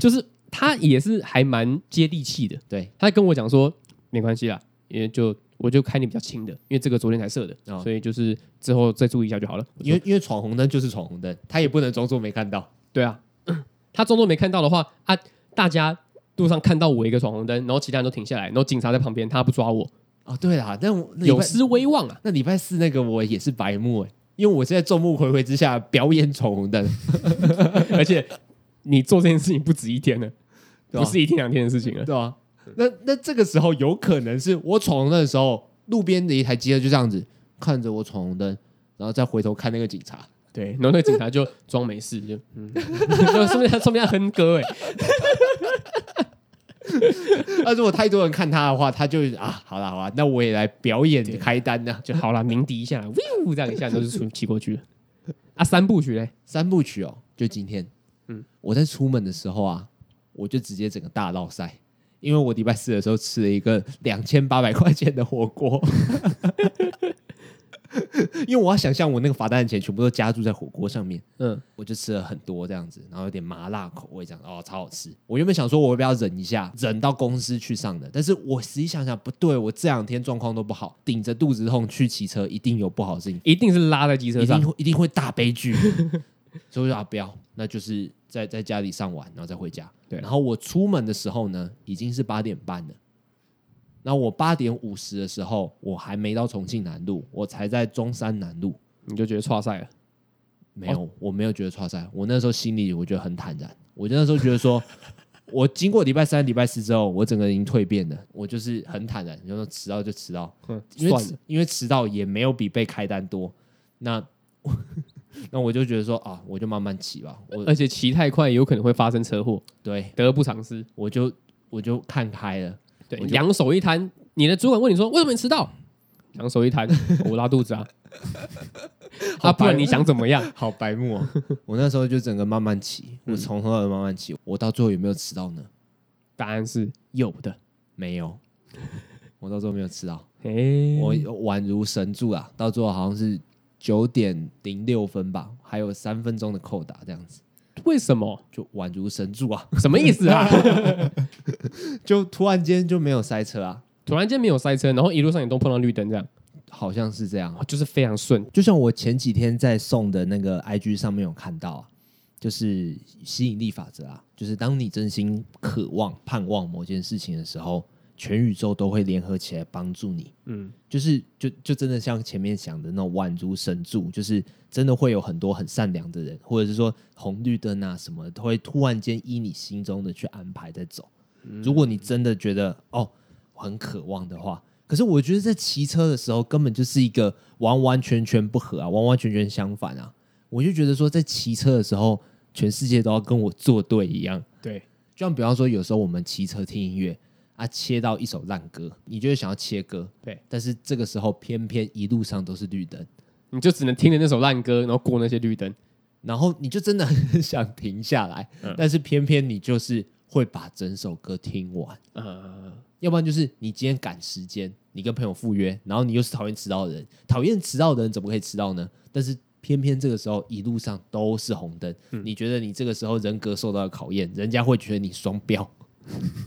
[SPEAKER 2] 就是他也是还蛮接地气的，
[SPEAKER 1] 对，
[SPEAKER 2] 他跟我讲说没关系啦，因为就我就开你比较轻的，因为这个昨天才设的，
[SPEAKER 1] 哦
[SPEAKER 2] 所以就是之后再注意一下就好了。
[SPEAKER 1] 因为因为闯红灯就是闯红灯，他也不能装作没看到。
[SPEAKER 2] 对啊， 他装作没看到的话啊，大家路上看到我一个闯红灯，然后其他人都停下来，然后警察在旁边，他不抓我，
[SPEAKER 1] 哦，对啦，但我那礼
[SPEAKER 2] 有
[SPEAKER 1] 拜
[SPEAKER 2] 失威 望啊。
[SPEAKER 1] 那礼拜四那个我也是白目哎、因为我是在众目睽睽之下表演闯红灯，
[SPEAKER 2] 而且你做这件事情不止一天了，
[SPEAKER 1] 对
[SPEAKER 2] 不
[SPEAKER 1] 啊
[SPEAKER 2] 是一天两天的事情了。
[SPEAKER 1] 对啊，那那这个时候有可能是我闯红灯的时候，路边的一台机车就这样子看着我闯红灯，然后再回头看那个警察。
[SPEAKER 2] 对，然后那个警察就装没事，就嗯， 就说明他说明他哼歌哎、
[SPEAKER 1] 那如果太多人看他的话，他就啊，好啦好啦，那我也来表演开单啊呢、
[SPEAKER 2] 就好啦，鸣笛一下啦，view 这样一下，然后就出骑过去了。啊，三部曲嘞，
[SPEAKER 1] 三部曲哦，就今天，嗯
[SPEAKER 2] 嗯，
[SPEAKER 1] 我在出门的时候啊，我就直接整个大闹塞，因为我礼拜四的时候吃了一个两千八百块钱的火锅， 因为我要想象我那个罚单的钱全部都加注在火锅上面，
[SPEAKER 2] 嗯，
[SPEAKER 1] 我就吃了很多这样子，然后有点麻辣口味这样，哦，超好吃。我原本想说我要不要忍一下，忍到公司去上的，但是我实际想想不对，我这两天状况都不好，顶着肚子痛去骑车，一定有不好的事情
[SPEAKER 2] 一定是拉在机车
[SPEAKER 1] 一
[SPEAKER 2] 上
[SPEAKER 1] 定，会一定会大悲剧。 所以我就啊，不要，那就是在在家里上完，然后再回家。
[SPEAKER 2] 对
[SPEAKER 1] 然后我出门的时候呢，已经是八点半了。那我八点五十的时候，我还没到重庆南路，我才在中山南路。
[SPEAKER 2] 你就觉得错赛了。
[SPEAKER 1] 没有，我没有觉得差赛。我那时候心里我觉得很坦然，我就那时候觉得说， 我经过礼拜三、礼拜四之后，我整个人已经蜕变了，我就是很坦然，就说迟到就迟到，
[SPEAKER 2] 嗯，
[SPEAKER 1] 因为
[SPEAKER 2] 算
[SPEAKER 1] 迟
[SPEAKER 2] 了，
[SPEAKER 1] 因为迟到也没有比被开单多。那 那我就觉得说啊，我就慢慢骑吧。我
[SPEAKER 2] 而且骑太快有可能会发生车祸，
[SPEAKER 1] 对，
[SPEAKER 2] 得不偿失。
[SPEAKER 1] 我就我就看开了。
[SPEAKER 2] 对，
[SPEAKER 1] 我就
[SPEAKER 2] 两手一摊，你的主管问你说为什么你迟 到？两手一摊， 我拉肚子啊！
[SPEAKER 1] 好白
[SPEAKER 2] 啊，不然你想怎么样？
[SPEAKER 1] 好白目哦！ 嗯我那时候就整个慢慢骑，我从头到尾慢慢骑。我到最后有没有迟到呢？
[SPEAKER 2] 答案是有的。
[SPEAKER 1] 没 有，我到最后没有迟到。
[SPEAKER 2] 哎、
[SPEAKER 1] 我宛如神助啊，到最后好像是九点零六分吧，还有三分钟的扣打这样子，
[SPEAKER 2] 为什么？
[SPEAKER 1] 就宛如神助啊，
[SPEAKER 2] 什么意思 啊？
[SPEAKER 1] 就突然间就没有塞车啊，
[SPEAKER 2] 突然间没有塞车，然后一路上也都碰到绿灯，这样
[SPEAKER 1] 好像是这样啊。
[SPEAKER 2] 哦就是非常顺。
[SPEAKER 1] 就像我前几天在送的那个 IG 上面有看到啊，就是吸引力法则啊，就是当你真心渴望、盼望某件事情的时候，全宇宙都会联合起来帮助你。
[SPEAKER 2] 嗯，
[SPEAKER 1] 就是就就真的像前面想的那种宛如神助，就是真的会有很多很善良的人，或者是说红绿灯啊什么的，都会突然间依你心中的去安排在走。如果你真的觉得哦我很渴望的话，可是我觉得在骑车的时候根本就是一个完完全全不合啊，完完全全相反啊。我就觉得说在骑车的时候，全世界都要跟我作对一样。
[SPEAKER 2] 对，
[SPEAKER 1] 就像比方说，有时候我们骑车听音乐啊，切到一首烂歌，你就会想要切歌，
[SPEAKER 2] 对。
[SPEAKER 1] 但是这个时候偏偏一路上都是绿灯，
[SPEAKER 2] 你就只能听着那首烂歌，然后过那些绿灯。
[SPEAKER 1] 然后你就真的很想停下来，但是偏偏你就是会把整首歌听完。
[SPEAKER 2] 呃，
[SPEAKER 1] 要不然就是你今天赶时间，你跟朋友赴约，然后你又是讨厌迟到的人，讨厌迟到的人怎么可以迟到呢？但是偏偏这个时候一路上都是红灯，你觉得你这个时候人格受到了考验，人家会觉得你双标，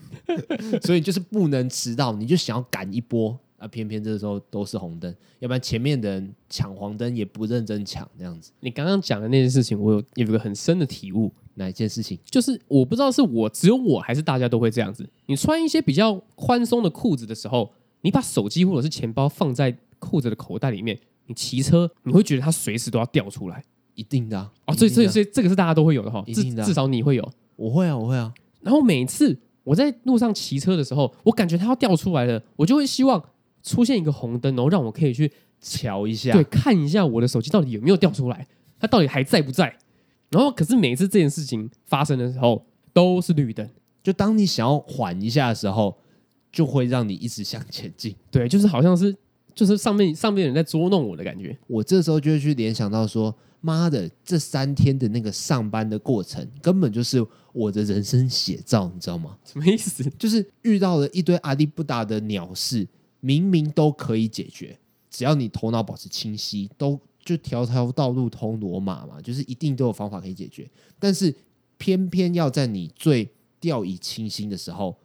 [SPEAKER 1] 所以就是不能迟到，你就想要赶一波啊，偏偏这个时候都是红灯，要不然前面的人抢黄灯也不认真抢，这样子
[SPEAKER 2] 你刚刚讲的那件事情，我有有一个很深的体悟，
[SPEAKER 1] 哪一件事情？
[SPEAKER 2] 就是我不知道是我只有我还是大家都会这样子。你穿一些比较宽松的裤子的时候，你把手机或者是钱包放在裤子的口袋里面，你骑车你会觉得它随时都要掉出来。
[SPEAKER 1] 一定的啊！
[SPEAKER 2] 哦，这
[SPEAKER 1] 一定
[SPEAKER 2] 这
[SPEAKER 1] 的啊
[SPEAKER 2] 这这个是大家都会有的哈，
[SPEAKER 1] 一
[SPEAKER 2] 至
[SPEAKER 1] 定的啊
[SPEAKER 2] 至少你会有。
[SPEAKER 1] 我会啊，我会啊，
[SPEAKER 2] 然后每次我在路上骑车的时候，我感觉它要掉出来了，我就会希望出现一个红灯，然后让我可以去
[SPEAKER 1] 瞧一下
[SPEAKER 2] 对，看一下我的手机到底有没有掉出来，它到底还在不在。然后可是每次这件事情发生的时候都是绿灯，
[SPEAKER 1] 就当你想要缓一下的时候，就会让你一直向前进。
[SPEAKER 2] 对，就是好像是就是上面上面人在捉弄我的感觉。
[SPEAKER 1] 我这时候就会去联想到说，妈的，这三天的那个上班的过程，根本就是我的人生写照，你知道吗？
[SPEAKER 2] 什么意思？
[SPEAKER 1] 就是遇到了一堆阿力不达的鸟事，明明都可以解决，只要你头脑保持清晰，都就条条道路通罗马嘛，就是一定都有方法可以解决。但是偏偏要在你最掉以轻心的时候，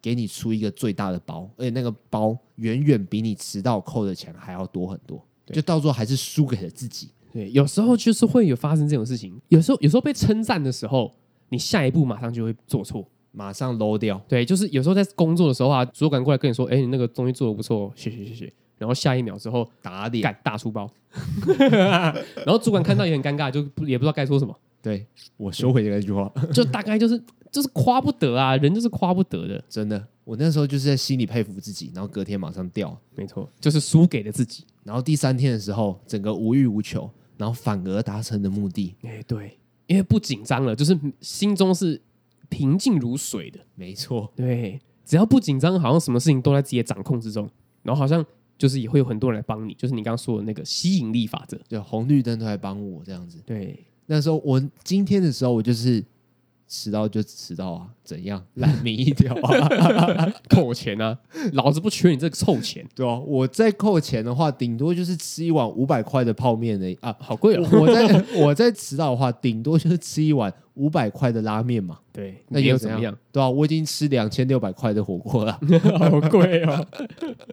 [SPEAKER 1] 给你出一个最大的包，而且那个包远远比你迟到扣的钱还要多很多，
[SPEAKER 2] 对
[SPEAKER 1] 就到最后还是输给了自己。
[SPEAKER 2] 对，有时候就是会有发生这种事情。有时候有时候被称赞的时候，你下一步马上就会做错。
[SPEAKER 1] 马上 low 掉，
[SPEAKER 2] 对，就是有时候在工作的时候啊，主管过来跟你说：“哎、你那个东西做的不错哦，谢谢谢谢。”然后下一秒之后，
[SPEAKER 1] 打脸，
[SPEAKER 2] 干大书包， 然后主管看到也很尴尬，就不也不知道该说什么，
[SPEAKER 1] 对我收回这句话，
[SPEAKER 2] 就大概就是就是夸不得啊，人就是夸不得的，
[SPEAKER 1] 真的，我那时候就是在心里佩服自己，然后隔天马上掉，
[SPEAKER 2] 没错，就是输给了自己。
[SPEAKER 1] 然后第三天的时候，整个无欲无求，然后反而达成了目的。
[SPEAKER 2] 哎、对，因为不紧张了，就是心中是平静如水的。
[SPEAKER 1] 没错，
[SPEAKER 2] 对，只要不紧张，好像什么事情都在自己的掌控之中，然后好像就是也会有很多人来帮你，就是你刚刚说的那个吸引力法则。
[SPEAKER 1] 就红绿灯都来帮我这样子。
[SPEAKER 2] 对，
[SPEAKER 1] 那时候我今天的时候，我就是迟到就迟到啊，怎样烂命一条啊？
[SPEAKER 2] 扣钱啊，老子不缺你这个臭钱，
[SPEAKER 1] 对啊，我再扣钱的话，顶多就是吃一碗五百块的泡面而已啊。
[SPEAKER 2] 好贵哦。
[SPEAKER 1] 我我在我在迟到的话，顶多就是吃一碗五百块的拉面嘛，
[SPEAKER 2] 对，
[SPEAKER 1] 那
[SPEAKER 2] 又
[SPEAKER 1] 又
[SPEAKER 2] 怎
[SPEAKER 1] 怎
[SPEAKER 2] 么样？？
[SPEAKER 1] 对啊，我已经吃两千六百块的火锅了。
[SPEAKER 2] 好贵哦。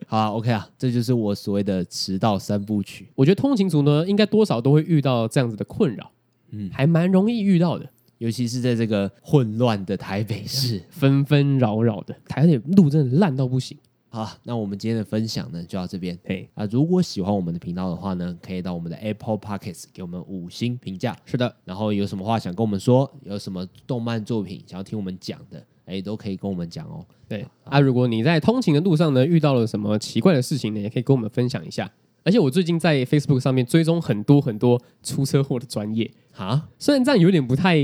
[SPEAKER 1] 好、啊、，OK 啊，这就是我所谓的迟到三部曲。
[SPEAKER 2] 我觉得通勤族呢，应该多少都会遇到这样子的困扰，嗯，
[SPEAKER 1] 嗯
[SPEAKER 2] 还蛮容易遇到的，
[SPEAKER 1] 尤其是在这个混乱的台北市。
[SPEAKER 2] 纷纷扰扰的，台北路真的烂到不行。
[SPEAKER 1] 好，那我们今天的分享呢就到这边
[SPEAKER 2] 嘿，
[SPEAKER 1] 啊。如果喜欢我们的频道的话呢，可以到我们的 Apple Pockets 给我们五星评价。
[SPEAKER 2] 是的，
[SPEAKER 1] 然后有什么话想跟我们说，有什么动漫作品想要听我们讲的，哎，都可以跟我们讲哦。
[SPEAKER 2] 对啊，如果你在通勤的路上呢遇到了什么奇怪的事情呢，也可以跟我们分享一下。而且我最近在 Facebook 上面追踪很多很多出车祸的专业，
[SPEAKER 1] 哈，
[SPEAKER 2] 虽然这样有点不太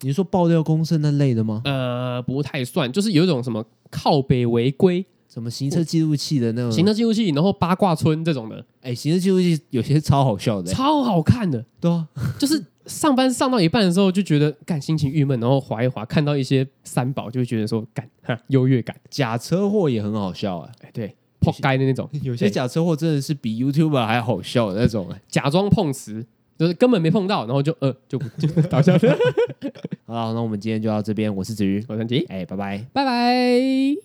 [SPEAKER 1] 你是说爆料公社那类的吗？
[SPEAKER 2] 呃不太算，就是有一种什么靠北违规、
[SPEAKER 1] 什么行车记录器的那种？
[SPEAKER 2] 行车记录器，然后八卦村这种的，
[SPEAKER 1] 哎，行车记录器有些超好笑的，
[SPEAKER 2] 超好看的。
[SPEAKER 1] 对啊，
[SPEAKER 2] 就是上班上到一半的时候，就觉得干心情郁闷，然后划一划，看到一些三宝，就会觉得说干哈优越感，
[SPEAKER 1] 假车祸也很好笑哎。
[SPEAKER 2] 哎，对，破街的那种，
[SPEAKER 1] 有些假车祸真的是比 YouTuber 还好笑的那 种哎。
[SPEAKER 2] 假装碰瓷，就是根本没碰到，然后就呃就不就倒下了。
[SPEAKER 1] 好，那我们今天就到这边，我是子瑜，
[SPEAKER 2] 我升级，
[SPEAKER 1] 哎，拜拜。
[SPEAKER 2] 拜拜。